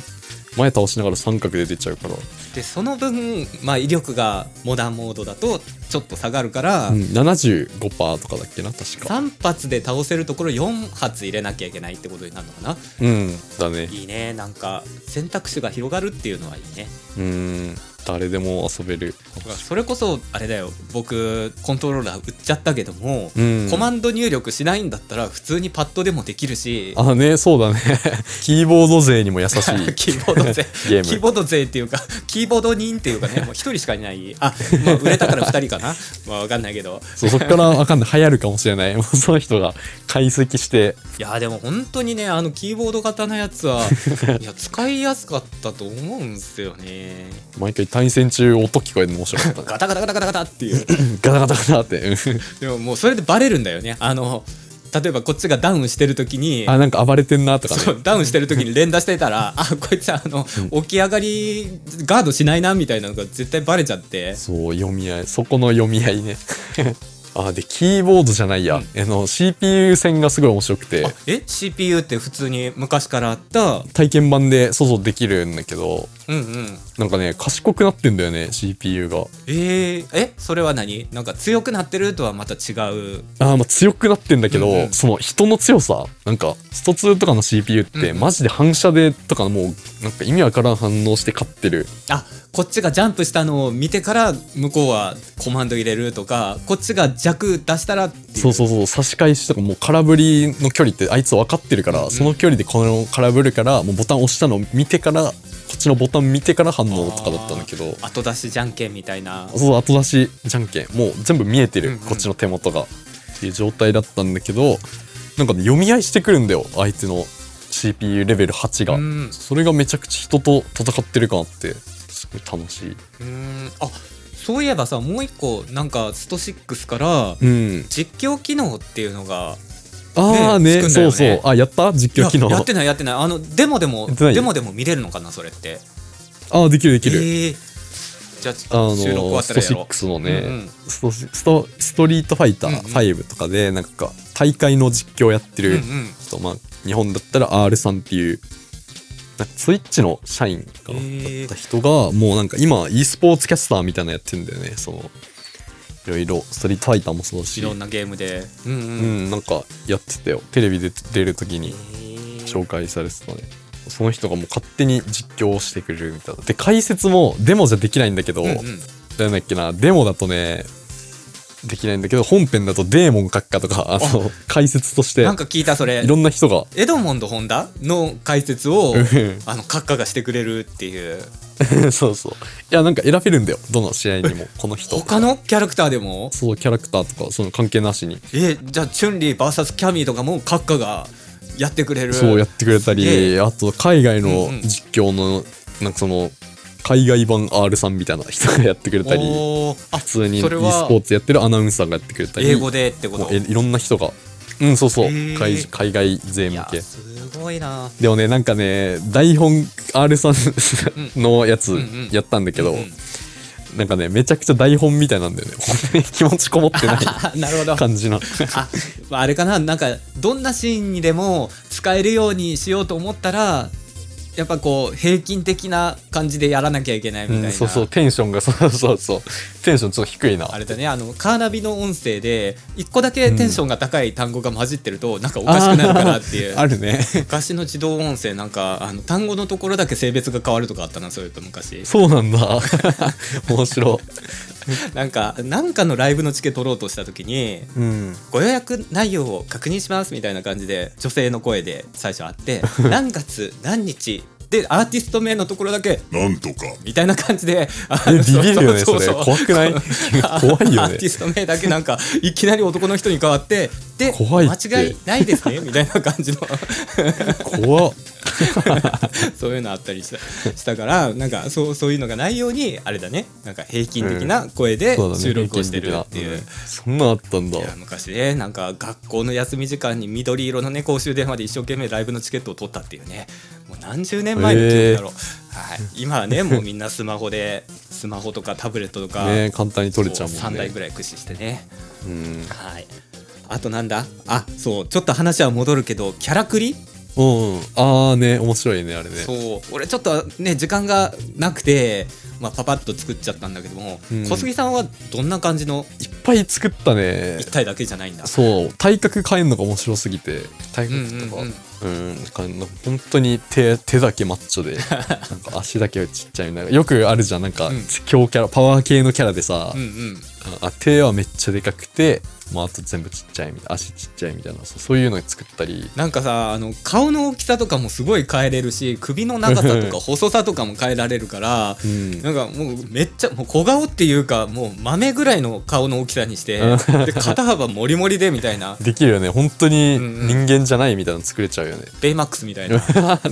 [SPEAKER 2] 前倒しながら三角で出ちゃうから、
[SPEAKER 1] でその分、まあ、威力がモダンモードだとちょっと下がるから、
[SPEAKER 2] うん、75%とかだっけな確か
[SPEAKER 1] 3発で倒せるところ4発入れなきゃいけないってことになるのかな
[SPEAKER 2] うんだね
[SPEAKER 1] いいねなんか選択肢が広がるっていうのはいいね
[SPEAKER 2] うん誰でも遊べる
[SPEAKER 1] それこそあれだよ僕コントローラー売っちゃったけども、
[SPEAKER 2] うん
[SPEAKER 1] コマンド入力しないんだったら普通にパッドでもできるし
[SPEAKER 2] あねそうだね キーボード勢にも優しい
[SPEAKER 1] キーボード勢
[SPEAKER 2] ゲーム
[SPEAKER 1] キーボード勢っていうか キーボード人っていうかねもう一人しかいないあ、まあ、売れたから二人かな まあわかんないけど
[SPEAKER 2] そうそっからわかんない流行るかもしれない もうその人が解析して
[SPEAKER 1] いやでも本当にねあのキーボード型のやつ はいや使いやすかったと思うんですよね
[SPEAKER 2] 毎回対戦中音聞こえるの面白 かったね
[SPEAKER 1] ガタガタガタガタガタっていう
[SPEAKER 2] ガタガタガタ ってうん
[SPEAKER 1] でももうそれでバレるんだよねあの例えばこっちがダウンしてる時に
[SPEAKER 2] あなんか暴れてんなとかね
[SPEAKER 1] そうダウンしてる時に連打してた らあこいつあの起き上がりガードしないなみたいなのが絶対バレちゃって
[SPEAKER 2] そう読み合いそこの読み合いね あでキーボードじゃないや、あの CPU 戦がすごい面白くて
[SPEAKER 1] あえ CPU って普通に昔からあった
[SPEAKER 2] 体験版で想像できるんだけど
[SPEAKER 1] うんうん
[SPEAKER 2] なんかね賢くなってんだよね CPU が
[SPEAKER 1] えー、えそれは何なんか強くなってるとはまた違う
[SPEAKER 2] あーまあ強くなってんだけど、
[SPEAKER 1] うんうん
[SPEAKER 2] その人の強さなんかスト2とかの CPU っ
[SPEAKER 1] うん
[SPEAKER 2] て
[SPEAKER 1] うん
[SPEAKER 2] マジで反射でとかもうなんか意味わからん反応して勝ってる
[SPEAKER 1] あこっちがジャンプしたのを見てから向こうはコマンド入れるとかこっちが弱出したらっていう
[SPEAKER 2] そうそうそう差し返しとかもう空振りの距離ってあいつ分かってるから、
[SPEAKER 1] ん
[SPEAKER 2] その距離でこの空振るからもうボタン押したのを見てからこっちのボタン見てから反応とかだったんだけど
[SPEAKER 1] あー後出しじゃんけんみたいな
[SPEAKER 2] そう後出しじゃんけんもう全部見えて
[SPEAKER 1] う
[SPEAKER 2] る、
[SPEAKER 1] んうん
[SPEAKER 2] こっちの手元がっていう状態だったんだけどなんかね読み合いしてくるんだよ相手の CPU レベル8が、
[SPEAKER 1] うん
[SPEAKER 2] それがめちゃくちゃ人と戦ってる感あってすごい楽しいう
[SPEAKER 1] ーんあそういえばさもう一個なんかスト6から
[SPEAKER 2] うん
[SPEAKER 1] 実況機能っていうのが
[SPEAKER 2] ああ
[SPEAKER 1] ね
[SPEAKER 2] ね
[SPEAKER 1] つくんだよ
[SPEAKER 2] そ
[SPEAKER 1] ね
[SPEAKER 2] うそうあやった実況機能
[SPEAKER 1] いややってないやってないあのデモでも
[SPEAKER 2] やってない
[SPEAKER 1] デモでも見れるのかなそれって
[SPEAKER 2] ああできるできる、
[SPEAKER 1] えーじゃあち
[SPEAKER 2] あ
[SPEAKER 1] ょ
[SPEAKER 2] の
[SPEAKER 1] っと収録終わったらや
[SPEAKER 2] ス
[SPEAKER 1] ろ
[SPEAKER 2] ト
[SPEAKER 1] う
[SPEAKER 2] 6のね、
[SPEAKER 1] うんうん
[SPEAKER 2] ストストストリートファイタ
[SPEAKER 1] うんう
[SPEAKER 2] ー
[SPEAKER 1] ん
[SPEAKER 2] 5とかでなんか大会の実況やって
[SPEAKER 1] うんう
[SPEAKER 2] る
[SPEAKER 1] ん
[SPEAKER 2] 人、まあ、日本だったら R さんっていうなんかツイッチの社員かな
[SPEAKER 1] へー
[SPEAKER 2] だった人がもうなんか今 e スポーツキャスターみたいなのやってるんだよねそのいろいろストリートファイターもそうだ
[SPEAKER 1] い
[SPEAKER 2] し
[SPEAKER 1] ろんなゲームでうんう、
[SPEAKER 2] うんん、なんかやってたよテレビで出る時
[SPEAKER 1] え
[SPEAKER 2] に
[SPEAKER 1] ー
[SPEAKER 2] 紹介されてたねその人がもう勝手に実況をしてくれるみたいなで解説もデモじゃできないんだけど、
[SPEAKER 1] うんうん
[SPEAKER 2] なんだっけなデモだとねできないんだけど本編だとデーモン閣下とかあの解説として
[SPEAKER 1] なんか聞いたそれ
[SPEAKER 2] いろんな 人が
[SPEAKER 1] エドモンド・ホンダの解説を
[SPEAKER 2] うん
[SPEAKER 1] あの閣下がしてくれるっていう
[SPEAKER 2] そうそういやなんか選べるんだよどの試合にもこの人
[SPEAKER 1] 他のキャラクターでも
[SPEAKER 2] そうキャラクターとかその関係なしに
[SPEAKER 1] えじゃあチュンリー VS キャミーとかも閣下がやってくれる
[SPEAKER 2] そうやってくれた
[SPEAKER 1] すげ
[SPEAKER 2] りあと海外
[SPEAKER 1] う
[SPEAKER 2] の
[SPEAKER 1] んうん
[SPEAKER 2] 実況のなんかその海外版 R さんみたいな人がやってくれたり
[SPEAKER 1] おーあ
[SPEAKER 2] 普通に e ス
[SPEAKER 1] それは
[SPEAKER 2] ポーツやってるアナウンサーがやってくれたり
[SPEAKER 1] 英語でってこ
[SPEAKER 2] も
[SPEAKER 1] と
[SPEAKER 2] うえいろんな人がうんそうそう
[SPEAKER 1] へー
[SPEAKER 2] 海海外勢
[SPEAKER 1] い
[SPEAKER 2] 向
[SPEAKER 1] や
[SPEAKER 2] け
[SPEAKER 1] すごいな
[SPEAKER 2] でもねなんかね台本 R さんのやつ
[SPEAKER 1] んうん
[SPEAKER 2] やったんだけど、
[SPEAKER 1] うんうん
[SPEAKER 2] なんかねめちゃくちゃ台本みたいなんだよね 気持ちこもってない
[SPEAKER 1] あ なるほど
[SPEAKER 2] 感じな
[SPEAKER 1] あまああれかななんかどんなシーンにでも使えるようにしようと思ったらやっぱこう平均的な感じでやらなきゃいけないみ
[SPEAKER 2] う
[SPEAKER 1] たいな、
[SPEAKER 2] ん、そうそうテンションがそうそうそうテンションちょっと低いな
[SPEAKER 1] あれだねあのカーナビの音声で一個だけテンションが高い単語が混じってると、なんかおかしくなるからっていう
[SPEAKER 2] あーあるね
[SPEAKER 1] 昔の自動音声なんかあの単語のところだけ性別が変わるとかあったなそういうと昔
[SPEAKER 2] そうな んだ面白
[SPEAKER 1] なんかなんかのライブのチケ取ろうとした時に
[SPEAKER 2] い、うん、
[SPEAKER 1] ご予約内容を確認しますみたいな感じで女性の声で最初あって 何月何日でアーティスト名のところだけ
[SPEAKER 4] なんとか。
[SPEAKER 1] みたいな感じであ
[SPEAKER 2] えビビるよね
[SPEAKER 1] ううう
[SPEAKER 2] それ怖 くない怖いよね
[SPEAKER 1] アーティスト名だけなんかいきなり男の人に変わってで
[SPEAKER 2] 怖いって
[SPEAKER 1] 間違いないですねみたいな感じの
[SPEAKER 2] 怖っ
[SPEAKER 1] そういうのあったりしたしたからなんかそうそういうのがないようにあれだねなんか平均的な声で
[SPEAKER 2] そうだね
[SPEAKER 1] 収録をしてるっていう。
[SPEAKER 2] 平均的なそんなんあったんだ
[SPEAKER 1] いや昔ねなんか学校の休み時間に緑色のね公衆電話で一生懸命ライブのチケットを取ったっていうねもう何十年前の記憶だろう、はい、今は ねもうみんなスマホでスマホとかタブレットとか、
[SPEAKER 2] ね簡単に取れちゃうも
[SPEAKER 1] 3
[SPEAKER 2] ん
[SPEAKER 1] 台
[SPEAKER 2] ね
[SPEAKER 1] ぐらい駆使してね
[SPEAKER 2] うん
[SPEAKER 1] はいあとなんだあそうちょっと話は戻るけどキャラクリ、
[SPEAKER 2] うんああね面白いねあれね
[SPEAKER 1] そう俺ちょっとね時間がなくて、まあ、パパッと作っちゃったんだけども、
[SPEAKER 2] うん
[SPEAKER 1] 小杉さんはどんな感じの
[SPEAKER 2] いっぱい作ったね
[SPEAKER 1] 一体だけじゃないんだ
[SPEAKER 2] そう体格変えんのが面白い面白すぎて体
[SPEAKER 1] うん
[SPEAKER 2] 格とか、
[SPEAKER 1] うんうん
[SPEAKER 2] うんなんか本当に手手だけマッチョでなんか足だけちっちゃいみたいなよくあるじゃんなんか
[SPEAKER 1] うん
[SPEAKER 2] 強キャラパワー系のキャラでさ、
[SPEAKER 1] うんうん
[SPEAKER 2] あ手はめっちゃでかくて、まあ、あと全部ちっちゃいみたいな足ちっちゃいみたいなそうそういうの作ったり
[SPEAKER 1] なんかさあの顔の大きさとかもすごい変えれるし首の長さとか細さとかも変えられるから、
[SPEAKER 2] ん
[SPEAKER 1] なんかもうめっちゃもう小顔っていうかもう豆ぐらいの顔の大きさにして
[SPEAKER 2] うん
[SPEAKER 1] で肩幅もりもりでみたいな
[SPEAKER 2] できるよね本当に
[SPEAKER 1] うんうん
[SPEAKER 2] 人間じゃないみたいなの作れちゃうよね、
[SPEAKER 1] ベイマックスみたいな。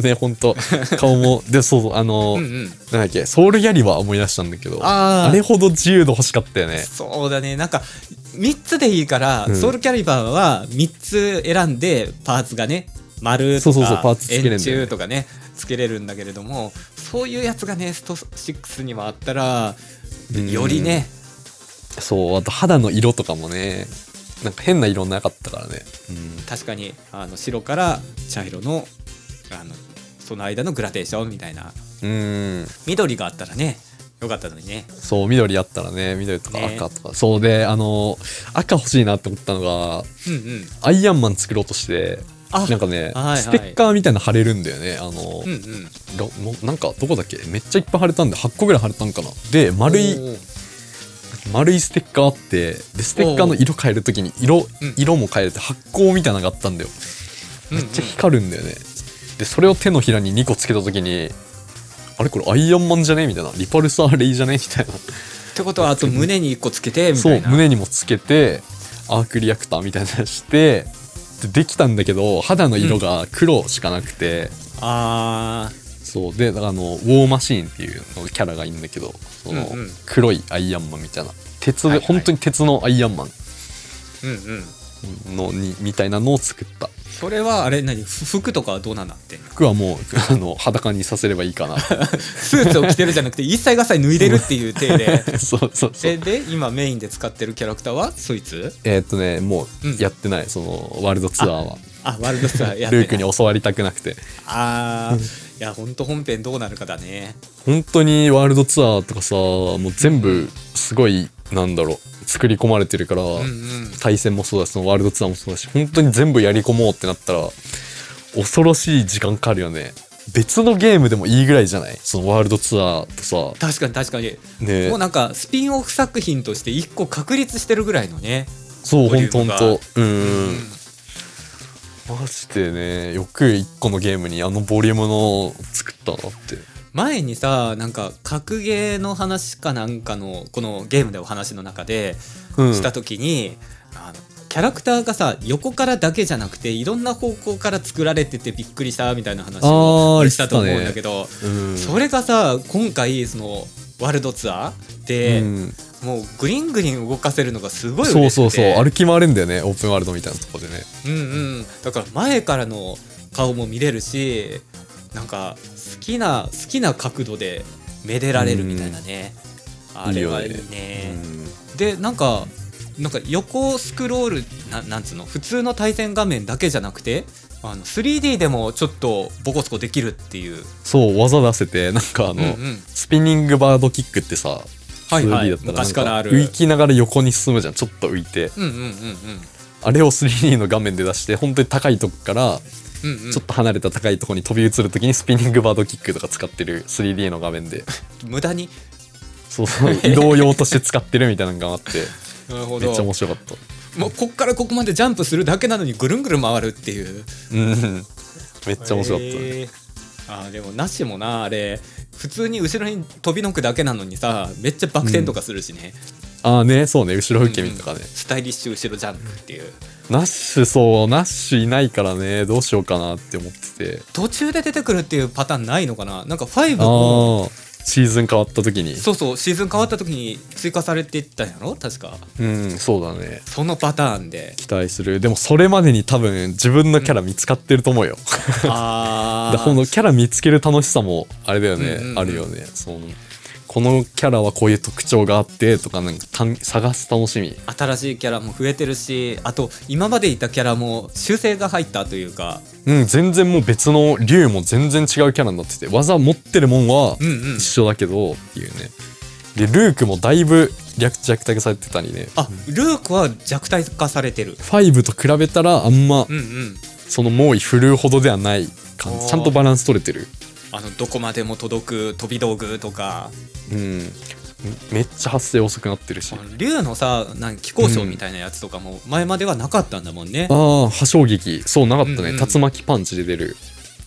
[SPEAKER 2] ね本当顔もでそうそうあの、
[SPEAKER 1] うんうん
[SPEAKER 2] なんだっけソウルギャリは思い出したんだけど
[SPEAKER 1] あー
[SPEAKER 2] れほど自由度欲しかったよね
[SPEAKER 1] そうだねなんか3つでいいから、
[SPEAKER 2] うん
[SPEAKER 1] ソウルキャリバーは3つ選んでパーツがね丸
[SPEAKER 2] そ
[SPEAKER 1] と
[SPEAKER 2] うそうそうパー
[SPEAKER 1] か
[SPEAKER 2] ツつけれるんだ
[SPEAKER 1] 円
[SPEAKER 2] よね
[SPEAKER 1] 柱とかねつけれるんだけれどもそういうやつがねスト6にはあったら
[SPEAKER 2] うん
[SPEAKER 1] よりね
[SPEAKER 2] そうあと肌の色とかもねなんか変な色なかったからね、うん
[SPEAKER 1] 確かにあの白から茶色のあのその間のグラデーションみたいな
[SPEAKER 2] うん
[SPEAKER 1] 緑があったらねよかったのにね
[SPEAKER 2] そう緑あったらね緑とか
[SPEAKER 1] ね
[SPEAKER 2] 赤とか、そうであの赤欲しいなって思ったのが
[SPEAKER 1] うんうん
[SPEAKER 2] アイアンマン作ろうとして
[SPEAKER 1] あ
[SPEAKER 2] なんか
[SPEAKER 1] は
[SPEAKER 2] ね、
[SPEAKER 1] いはい
[SPEAKER 2] ステッカーみたいなの貼れるんだよねあの、
[SPEAKER 1] うんうん
[SPEAKER 2] ろもなんかどこだっけめっちゃいっぱい貼れたんで8個ぐらい貼れたんかなで丸い
[SPEAKER 1] おー
[SPEAKER 2] 丸いステッカーあってでステッカーの色変えるときに色
[SPEAKER 1] うん
[SPEAKER 2] 色も変えれて発光みたいなのがあったんだよ
[SPEAKER 1] うん
[SPEAKER 2] め
[SPEAKER 1] うん
[SPEAKER 2] っちゃ光るんだよね、でそれを手のひらに2個つけたときにあれこれアイアンマンじゃねみたいなリパルサーレイじゃねみたいな
[SPEAKER 1] ってことはあと胸に1個つけてみ
[SPEAKER 2] そ
[SPEAKER 1] た
[SPEAKER 2] う
[SPEAKER 1] いな
[SPEAKER 2] 胸にもつけてアークリアクターみたいなのしてでできたんだけど肌の色が黒しかなくて、
[SPEAKER 1] あー
[SPEAKER 2] そうであのウォーマシーンっていうのキャラがいいんだけどその
[SPEAKER 1] うんうん
[SPEAKER 2] 黒いアイアンマンみたいな鉄で、
[SPEAKER 1] はいはい
[SPEAKER 2] 本当に鉄のアイアンマン
[SPEAKER 1] うんうん
[SPEAKER 2] のにみたいなのを作った
[SPEAKER 1] それはあれ何ふ服とかはどうなんだってんの
[SPEAKER 2] 服はもうあの裸にさせればいいか な
[SPEAKER 1] スーツを着てるじゃなくて一切合切脱いでるっていう体で
[SPEAKER 2] そうそうそう
[SPEAKER 1] でで今メインで使ってるキャラクターはそいつ
[SPEAKER 2] えーっとねも
[SPEAKER 1] うん
[SPEAKER 2] うやってない、そのワールドツアーは
[SPEAKER 1] あワールドスターやって
[SPEAKER 2] ルークに教わりたくなくて
[SPEAKER 1] ああいやほんと本編どうなるかだね
[SPEAKER 2] 本当にワールドツアーとかさもう全部すごいなんだろう作り込まれてるから、
[SPEAKER 1] うんうん
[SPEAKER 2] 対戦もそうだしそのワールドツアーもそうだし本当に全部やり込もうってなったら恐ろしい時間かかるよね別のゲームでもいいぐらいじゃないそのワールドツアーとさ
[SPEAKER 1] 確かに確かに、
[SPEAKER 2] ね
[SPEAKER 1] もうなんかスピンオフ作品として1個確立してるぐらいのね
[SPEAKER 2] そう
[SPEAKER 1] ボリューム
[SPEAKER 2] 本当
[SPEAKER 1] が
[SPEAKER 2] 本当うんマジでねよく1個のゲームにあのボリュームの作ったなって
[SPEAKER 1] 前にさなんか格ゲーの話かなんかのこのゲームでお話の中で
[SPEAKER 2] うん
[SPEAKER 1] した時に、あのキャラクターがさ横からだけじゃなくていろんな方向から作られててびっくりしたみたいな話
[SPEAKER 2] あ
[SPEAKER 1] を
[SPEAKER 2] ー
[SPEAKER 1] したと思うんだけど、
[SPEAKER 2] うん
[SPEAKER 1] それがさ今回そのワールドツアーで、
[SPEAKER 2] うん
[SPEAKER 1] もうグリングリン動かせるのがすごい
[SPEAKER 2] そ
[SPEAKER 1] 嬉
[SPEAKER 2] う
[SPEAKER 1] しくて
[SPEAKER 2] そうそう歩き回れんだよねオープンワールドみたいなとこでね
[SPEAKER 1] うんうん、だから前からの顔も見れるしなんか好きな好きな角度でめでられるみたいなね、あれはいいね
[SPEAKER 2] いいようん
[SPEAKER 1] でなんかなんか横スクロールななんつうの普通の対戦画面だけじゃなくてあの 3D でもちょっとボコスコできるっていう、
[SPEAKER 2] そう技出せてなんかあ
[SPEAKER 1] うんう
[SPEAKER 2] の、
[SPEAKER 1] ん、
[SPEAKER 2] スピニングバードキックってさ
[SPEAKER 1] はいはい
[SPEAKER 2] 2D だったらなん
[SPEAKER 1] 昔からある
[SPEAKER 2] 浮きながら横に進むじゃんちょっと浮いて
[SPEAKER 1] うんうんうん
[SPEAKER 2] あれを 3D の画面で出して本当に高いとこから
[SPEAKER 1] うんうんうん
[SPEAKER 2] ちょっと離れた高いとこに飛び移るときにスピニングバードキックとか使ってる 3D の画面で
[SPEAKER 1] 無駄に
[SPEAKER 2] そう そう移動用として使ってるみたいなのがあって
[SPEAKER 1] なるほ
[SPEAKER 2] めっちゃ
[SPEAKER 1] ど
[SPEAKER 2] 面白かった
[SPEAKER 1] もうこっからここまでジャンプするだけなのにぐるんぐるん回るっていう。
[SPEAKER 2] うんめっちゃ面白かった、
[SPEAKER 1] へーあーでもなしもなあれ普通に後ろに飛びのくだけなのにさめっちゃバク転とかするしね、
[SPEAKER 2] ああねそうね後ろ受け身とかね、
[SPEAKER 1] スタイリッシュ後ろジャンプっていう
[SPEAKER 2] ナッシュそうナッシュいないからねどうしようかなって思ってて
[SPEAKER 1] 途中で出てくるっていうパターンないのかななんか5
[SPEAKER 2] あ
[SPEAKER 1] も
[SPEAKER 2] あシーズン変わった時に
[SPEAKER 1] そうそうシーズン変わった時に追加されていったんやろ確か
[SPEAKER 2] うんそうだね
[SPEAKER 1] そのパターン で
[SPEAKER 2] 期待するでもそれまでに多分自分のキャラ見つかってると思うよ、
[SPEAKER 1] あ
[SPEAKER 2] だからこ
[SPEAKER 1] あ
[SPEAKER 2] のキャラ見つける楽しさもあれだよね、
[SPEAKER 1] うんうんうん
[SPEAKER 2] あるよねそのこのキャラはこういう特徴があってとかなんかたん探す楽しみ
[SPEAKER 1] 新しいキャラも増えてるしあと今までいたキャラも修正が入ったというか
[SPEAKER 2] うん全然もう別の竜も全然違うキャラになってて技持ってるもんは
[SPEAKER 1] うんうん
[SPEAKER 2] 一緒だけどっていうねでルークもだいぶ略弱体化されてたりね
[SPEAKER 1] あルークは弱体化されてる
[SPEAKER 2] 5と比べたらあんま
[SPEAKER 1] うんうん
[SPEAKER 2] その猛威振るうほどではない感
[SPEAKER 1] おー
[SPEAKER 2] じちゃんとバランス取れてる
[SPEAKER 1] あのどこまでも届く飛び道具とか
[SPEAKER 2] うんめめっちゃ発生遅くなってるし
[SPEAKER 1] あの竜のさなん気候賞みたいなやつとかも前まではなかったんだもんね
[SPEAKER 2] あ、あ破傷撃そうなかったね、
[SPEAKER 1] うんうん
[SPEAKER 2] 竜巻パンチで出る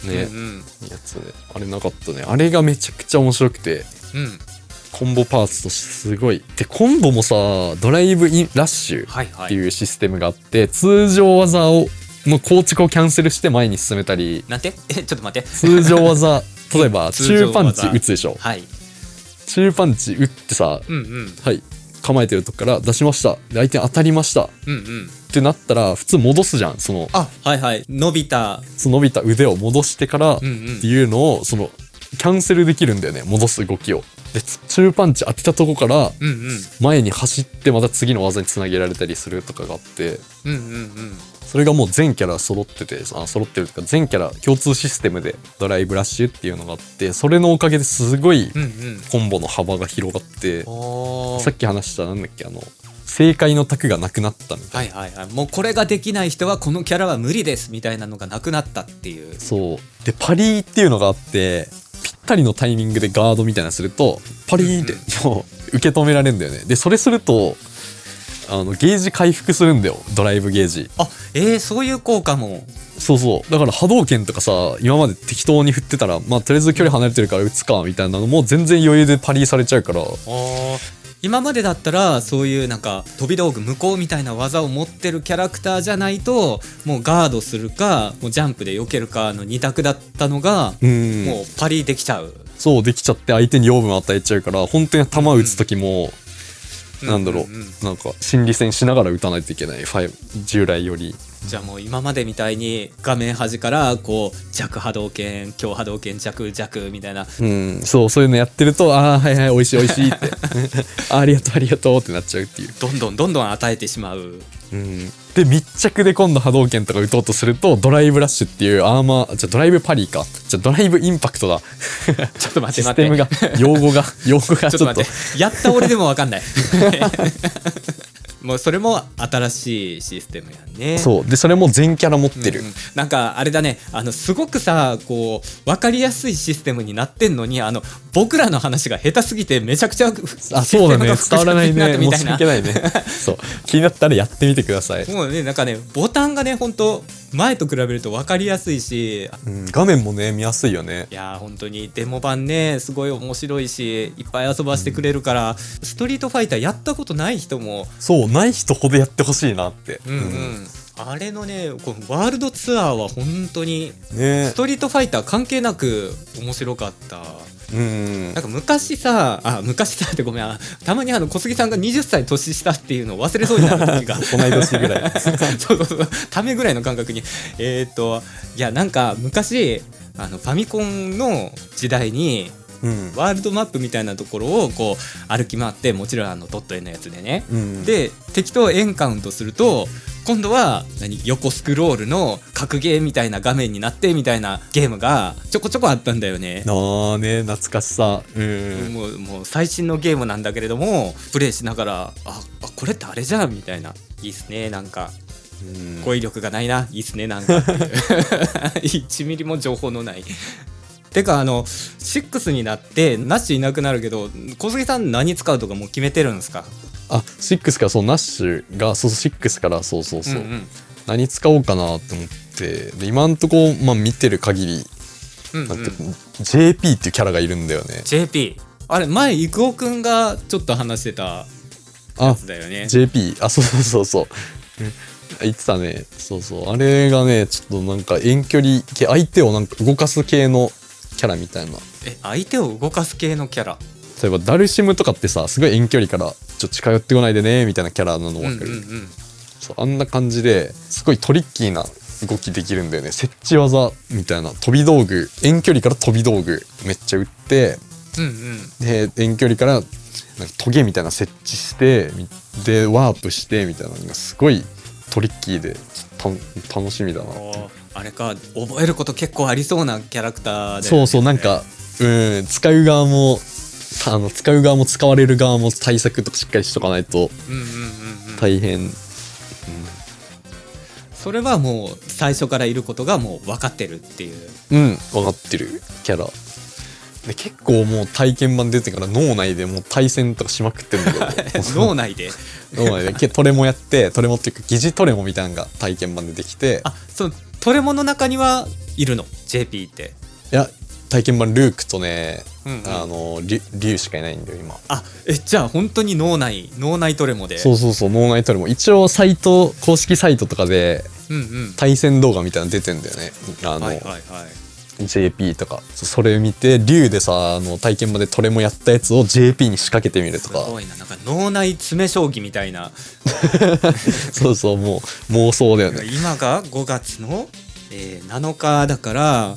[SPEAKER 1] うん
[SPEAKER 2] ね、
[SPEAKER 1] うん
[SPEAKER 2] やつねあれなかったねあれがめちゃくちゃ面白くて
[SPEAKER 1] うん
[SPEAKER 2] コンボパーツとしてすごいでコンボもさドライブインラッシュ
[SPEAKER 1] はいは
[SPEAKER 2] って
[SPEAKER 1] い
[SPEAKER 2] いうシステムがあって、通常技をの構築をキャンセルして前に進めたり
[SPEAKER 1] なんて えちょっと待って
[SPEAKER 2] 通常 技例えば
[SPEAKER 1] 通常
[SPEAKER 2] 中
[SPEAKER 1] 技
[SPEAKER 2] パンチ打つでしょ
[SPEAKER 1] はい
[SPEAKER 2] 中パンチ打ってさ
[SPEAKER 1] うんうん
[SPEAKER 2] はい構えてるとこから出しましたで相手に当たりましたっ
[SPEAKER 1] うんうん
[SPEAKER 2] てなったら普通戻すじゃんその
[SPEAKER 1] あはいはい伸びた
[SPEAKER 2] その伸びた腕を戻してからって
[SPEAKER 1] んうん
[SPEAKER 2] いうのをそのキャンセルできるんだよね戻す動きをでつ中パンチ当てたとこから
[SPEAKER 1] うんうん
[SPEAKER 2] 前に走ってまた次の技につなげられたりするとかがあって
[SPEAKER 1] うんうんうん
[SPEAKER 2] それがもう全キャラ揃っててあ揃ってるというか全キャラ共通システムでドライブラッシュっていうのがあってそれのおかげですごい
[SPEAKER 1] うんうん
[SPEAKER 2] コンボの幅が広がって
[SPEAKER 1] おー
[SPEAKER 2] さっき話したなんだっけあの正解の卓がなくなったみたいな
[SPEAKER 1] はいはいはいもうこれができない人はこのキャラは無理ですみたいなのがなくなったっていう
[SPEAKER 2] そうでパリーっていうのがあってぴったりのタイミングでガードみたいなのするとパリーってもう受け止められるんだよねでそれするとあのゲージ回復するんだよドライブゲージ
[SPEAKER 1] あえー、そういう効果も
[SPEAKER 2] そうそうだから波動拳とかさ今まで適当に振ってたらまあとりあえず距離離れてるから打つかみたいなのも全然余裕でパリーされちゃうから
[SPEAKER 1] 今までだったらそういうなんか飛び道具無効みたいな技を持ってるキャラクターじゃないともうガードするかもうジャンプで避けるかの2択だったのが、
[SPEAKER 2] うん
[SPEAKER 1] もうパリできちゃう
[SPEAKER 2] そうできちゃって相手に養分与えちゃうから本当に球打つ時も、なんだろう,、
[SPEAKER 1] うんうんうん
[SPEAKER 2] なんか心理戦しながら打たないといけないファイブ従来より
[SPEAKER 1] じゃあもう今までみたいに画面端からこう弱波動拳強波動拳弱弱みたいな
[SPEAKER 2] うん、そう、そういうのやってると、ああ、はいはい、美味しい美味しいって、 あありがとうありがとうってなっちゃうっていう。
[SPEAKER 1] どんどんどんどん与えてしまう
[SPEAKER 2] うん、で、密着で今度波動拳とか打とうとすると、ドライブラッシュっていうアーマー、じゃあドライブパリーか。じゃあドライブインパクトだ。
[SPEAKER 1] ちょっと待
[SPEAKER 2] シ
[SPEAKER 1] って
[SPEAKER 2] ス
[SPEAKER 1] 待っ
[SPEAKER 2] テ
[SPEAKER 1] て
[SPEAKER 2] ム が、用語が、用語が
[SPEAKER 1] ち
[SPEAKER 2] ち
[SPEAKER 1] ょ
[SPEAKER 2] ょ
[SPEAKER 1] っ
[SPEAKER 2] っ
[SPEAKER 1] と待
[SPEAKER 2] と。
[SPEAKER 1] って、やった俺でもわかんない。 もうそれも新しいシステムやね。
[SPEAKER 2] そう。で、それも全キャラ持ってる。
[SPEAKER 1] うんうんなんかあれだねあのすごくさこう分かりやすいシステムになってんのにあの僕らの話が下手すぎてめちゃくちゃ
[SPEAKER 2] あ、そうだね。
[SPEAKER 1] システ
[SPEAKER 2] 伝わ
[SPEAKER 1] ム
[SPEAKER 2] ら
[SPEAKER 1] が
[SPEAKER 2] ない
[SPEAKER 1] 複雑になった
[SPEAKER 2] ね。
[SPEAKER 1] み
[SPEAKER 2] 申
[SPEAKER 1] たい
[SPEAKER 2] し
[SPEAKER 1] な
[SPEAKER 2] 訳ないね。 そう。気になったらやってみてください。
[SPEAKER 1] もうねなんかねボタンがね本当前と比べると分かりやすいし
[SPEAKER 2] うん、画面もね、見やすいよね
[SPEAKER 1] い。やー本当にデモ版ねすごい面白いしいっぱい遊ばせてくれるから、ストリートファイターやったことない人も
[SPEAKER 2] そう、ない人ほどやってほしいなって。
[SPEAKER 1] うんうん、あれのねこのワールドツアーは本当に
[SPEAKER 2] うんね
[SPEAKER 1] ストリートファイター関係なく面白かった
[SPEAKER 2] うん
[SPEAKER 1] なんか昔さあ昔さってごめんあたまにあの小杉さんが20歳年下っていうのを忘れそうになる時が
[SPEAKER 2] 同い年ぐらい
[SPEAKER 1] そうそうそうためぐらいの感覚にえっ、といやなんか昔あのファミコンの時代に
[SPEAKER 2] うん。
[SPEAKER 1] ワールドマップみたいなところをこう歩き回ってもちろんあのドット絵のやつでね、
[SPEAKER 2] うん
[SPEAKER 1] で敵とエンカウントすると今度は何横スクロールの格ゲーみたいな画面になってみたいなゲームがちょこちょこあったんだよね。
[SPEAKER 2] ああね懐かしさうん
[SPEAKER 1] もうもう最新のゲームなんだけれどもプレイしながらああこれってあれじゃんみたいないいっすねなんか
[SPEAKER 2] うん
[SPEAKER 1] 語彙力がないないいっすねなんか1ミリも情報のないてかあの6になってナッシュいなくなるけど小杉さん何使うとかもう決めてるんですか
[SPEAKER 2] あ6からそうナッシュがそうそう6からそうそうそう、
[SPEAKER 1] ん
[SPEAKER 2] 何使おうかなって思ってで今んとこ、まあ、見てる限り
[SPEAKER 1] うんうんう
[SPEAKER 2] なん
[SPEAKER 1] ん
[SPEAKER 2] か JP っていうキャラがいるんだよね、
[SPEAKER 1] JP あれ前郁夫くんがちょっと話してた
[SPEAKER 2] あ
[SPEAKER 1] やつだよね
[SPEAKER 2] JP あそうそうそうそう言ってたねそうそうあれがねちょっとなんか遠距離系相手をなんか動かす系のキャラみたいな
[SPEAKER 1] え相手を動かす系のキャラ
[SPEAKER 2] 例えばダルシムとかってさすごい遠距離からちょっと近寄ってこないでねみたいなキャラなの
[SPEAKER 1] うんう
[SPEAKER 2] 分
[SPEAKER 1] ん
[SPEAKER 2] か
[SPEAKER 1] う
[SPEAKER 2] る、
[SPEAKER 1] ん
[SPEAKER 2] そうあんな感じですごいトリッキーな動きできるんだよね設置技みたいな飛び道具遠距離から飛び道具めっちゃ打って
[SPEAKER 1] うんうん
[SPEAKER 2] で遠距離からなんかトゲみたいなの設置してみでワープしてみたいなのがすごいトリッキーでた楽しみだな
[SPEAKER 1] あれか覚えること結構ありそうなキャラクターで、
[SPEAKER 2] そうそうなんかうん使う側もあの使う側も使われる側も対策とかしっかりしとかないと
[SPEAKER 1] うんうんうんうん
[SPEAKER 2] 大変
[SPEAKER 1] それはもう最初からいることがもう分かってるっていう
[SPEAKER 2] うん分かってるキャラで結構もう体験版出てから脳内でもう対戦とかしまくってるんだけど
[SPEAKER 1] 脳内で
[SPEAKER 2] 脳内でけトレもやってトレもっていうか疑似トレもみたいなのが体験版でできて
[SPEAKER 1] あそうトレモの中にはいるの JP って
[SPEAKER 2] いや体験版ルークとね、
[SPEAKER 1] うんうん
[SPEAKER 2] あのリュリュウしかいないんだよ今
[SPEAKER 1] あえじゃあ本当に脳内脳内トレモで
[SPEAKER 2] そうそうそう脳内トレも一応サイト公式サイトとかで
[SPEAKER 1] うんうん
[SPEAKER 2] 対戦動画みたいなの出てんだよねあの、
[SPEAKER 1] はいはいはい
[SPEAKER 2] JP とかそそれ見て竜でさあの体験までトレもやったやつを JP に仕掛けてみると
[SPEAKER 1] す
[SPEAKER 2] か
[SPEAKER 1] ごいななんか脳内詰め将棋みたいな
[SPEAKER 2] そうそうもう妄想だよね
[SPEAKER 1] 今が5月の、えー7日だから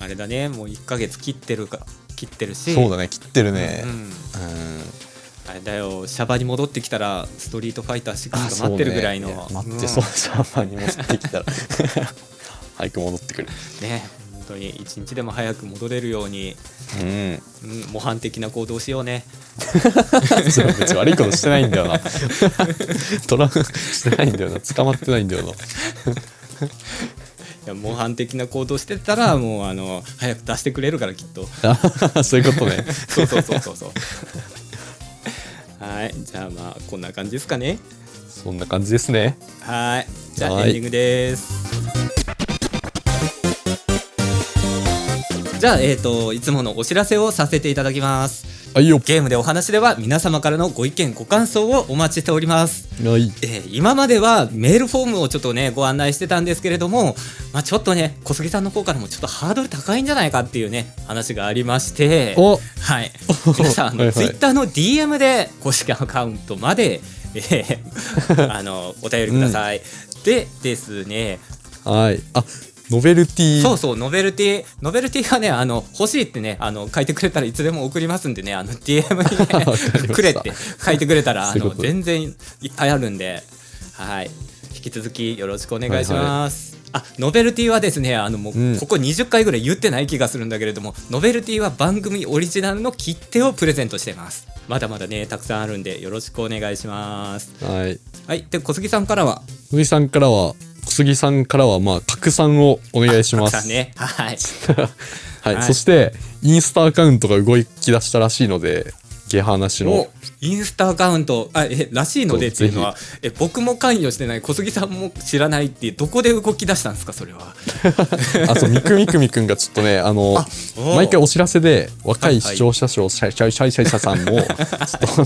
[SPEAKER 1] あれだねもう1ヶ月切ってるか切ってるし
[SPEAKER 2] そうだね切ってるね
[SPEAKER 1] うん
[SPEAKER 2] うん、
[SPEAKER 1] あれだよシャバに戻ってきたら「ストリートファイター6」
[SPEAKER 2] あ
[SPEAKER 1] が待ってるぐらいの
[SPEAKER 2] そうね待って、
[SPEAKER 1] ん
[SPEAKER 2] そうシャバに戻ってきたら 早く戻ってくる
[SPEAKER 1] ね本当に一日でも早く戻れるように、
[SPEAKER 2] うん
[SPEAKER 1] うん、模範的な行動をしようね
[SPEAKER 2] そう別に悪いことしてないんだよなトラウマしてないんだよな捕まってないんだよない
[SPEAKER 1] や模範的な行動してた らもうあの早く出してくれるからきっと
[SPEAKER 2] あ そういうことね
[SPEAKER 1] そうそうそうそうそう はいじゃあまあこんな感じですかね
[SPEAKER 2] そんな感じですね
[SPEAKER 1] はいじゃあ
[SPEAKER 2] はい
[SPEAKER 1] エンディングですじゃあ、えー、といつものお知らせをさせていただきます
[SPEAKER 2] はいよ
[SPEAKER 1] ゲームでお話では皆様からのご意見ご感想をお待ちしております、
[SPEAKER 2] はい
[SPEAKER 1] えー今まではメールフォームをちょっとねご案内してたんですけれども、まあ、ちょっとね小杉さんの方からもちょっとハードル高いんじゃないかっていうね話がありまして
[SPEAKER 2] お
[SPEAKER 1] はい、皆さんあの
[SPEAKER 2] はいはい
[SPEAKER 1] ツイッターの DM で公式アカウントまで、え ーあのお便りください、でですね
[SPEAKER 2] はいあノベルティ
[SPEAKER 1] そうそうノベルティノベルティがねあの欲しいってねあの書いてくれたらいつでも送りますんでねあの DM
[SPEAKER 2] わかりまし
[SPEAKER 1] にね
[SPEAKER 2] た
[SPEAKER 1] くれって書いてくれたらあ
[SPEAKER 2] そういう
[SPEAKER 1] の
[SPEAKER 2] こと
[SPEAKER 1] 全然いっぱいあるんではい引き続きよろしくお願いします。あノベルティはですねあのもう
[SPEAKER 2] うん
[SPEAKER 1] ここ20回ぐらい言ってない気がするんだけれども、ノベルティは番組オリジナルの切手をプレゼントしてますまだまだねたくさんあるんでよろしくお願いします
[SPEAKER 2] はい
[SPEAKER 1] はいで小杉さんからは
[SPEAKER 2] 小杉さんからは小杉さんからはまあ拡散をお願いしま
[SPEAKER 1] たくさ
[SPEAKER 2] す、
[SPEAKER 1] んねはい
[SPEAKER 2] はい、
[SPEAKER 1] はい
[SPEAKER 2] そしてインスタアカウントが動き出したらしいのでゲハなしの
[SPEAKER 1] おインスタアカウントあえらしいのでっていうのはえ僕も関与してない小杉さんも知らないってどこで動き出したんですかそれは
[SPEAKER 2] あとみくみくみくんがちょっとねあの
[SPEAKER 1] あお
[SPEAKER 2] 毎回お知らせで若
[SPEAKER 1] はい
[SPEAKER 2] い
[SPEAKER 1] はい
[SPEAKER 2] 視聴者賞シャイシャイシャイシャイシャさんもちょっ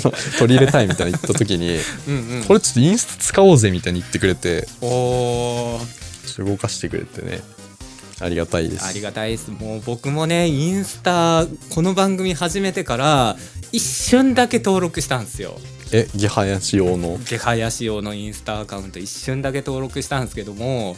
[SPEAKER 2] とあの取り入れたいみたいな言った時に
[SPEAKER 1] うんうん
[SPEAKER 2] これちょっとインスタ使おうぜみたいに言ってくれて
[SPEAKER 1] おー
[SPEAKER 2] ちょっと動かしてくれてねありがたいです
[SPEAKER 1] ありがたいですもう僕もねインスタこの番組始めてから一瞬だけ登録したんですよ
[SPEAKER 2] えゲハなし用の
[SPEAKER 1] 出林用のインスタアカウント一瞬だけ登録したんですけども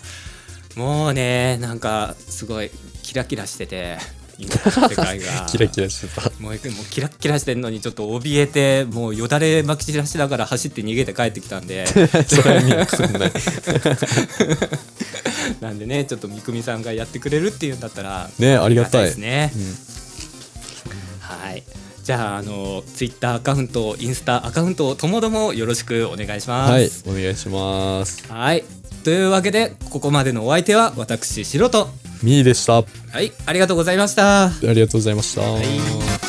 [SPEAKER 1] もうねなんかすごいキラキラしててインスタの世界が
[SPEAKER 2] キラキラしてた
[SPEAKER 1] もうもうキラッキラしてんのにちょっと怯えてもうよだれまき散らしながら走って逃げて帰ってきたん で
[SPEAKER 2] それは見なくてもない
[SPEAKER 1] なんでねちょっとみくみさんがやってくれるっていうんだったら
[SPEAKER 2] ねありがたい
[SPEAKER 1] ですね、はいじゃああのツイッターアカウントインスタアカウントともどもよろしくお願いします
[SPEAKER 2] はいお願いします
[SPEAKER 1] はいというわけでここまでのお相手は私シロと
[SPEAKER 2] みーでしたあ
[SPEAKER 1] はいありがとうございました
[SPEAKER 2] りがとうございました、
[SPEAKER 1] はい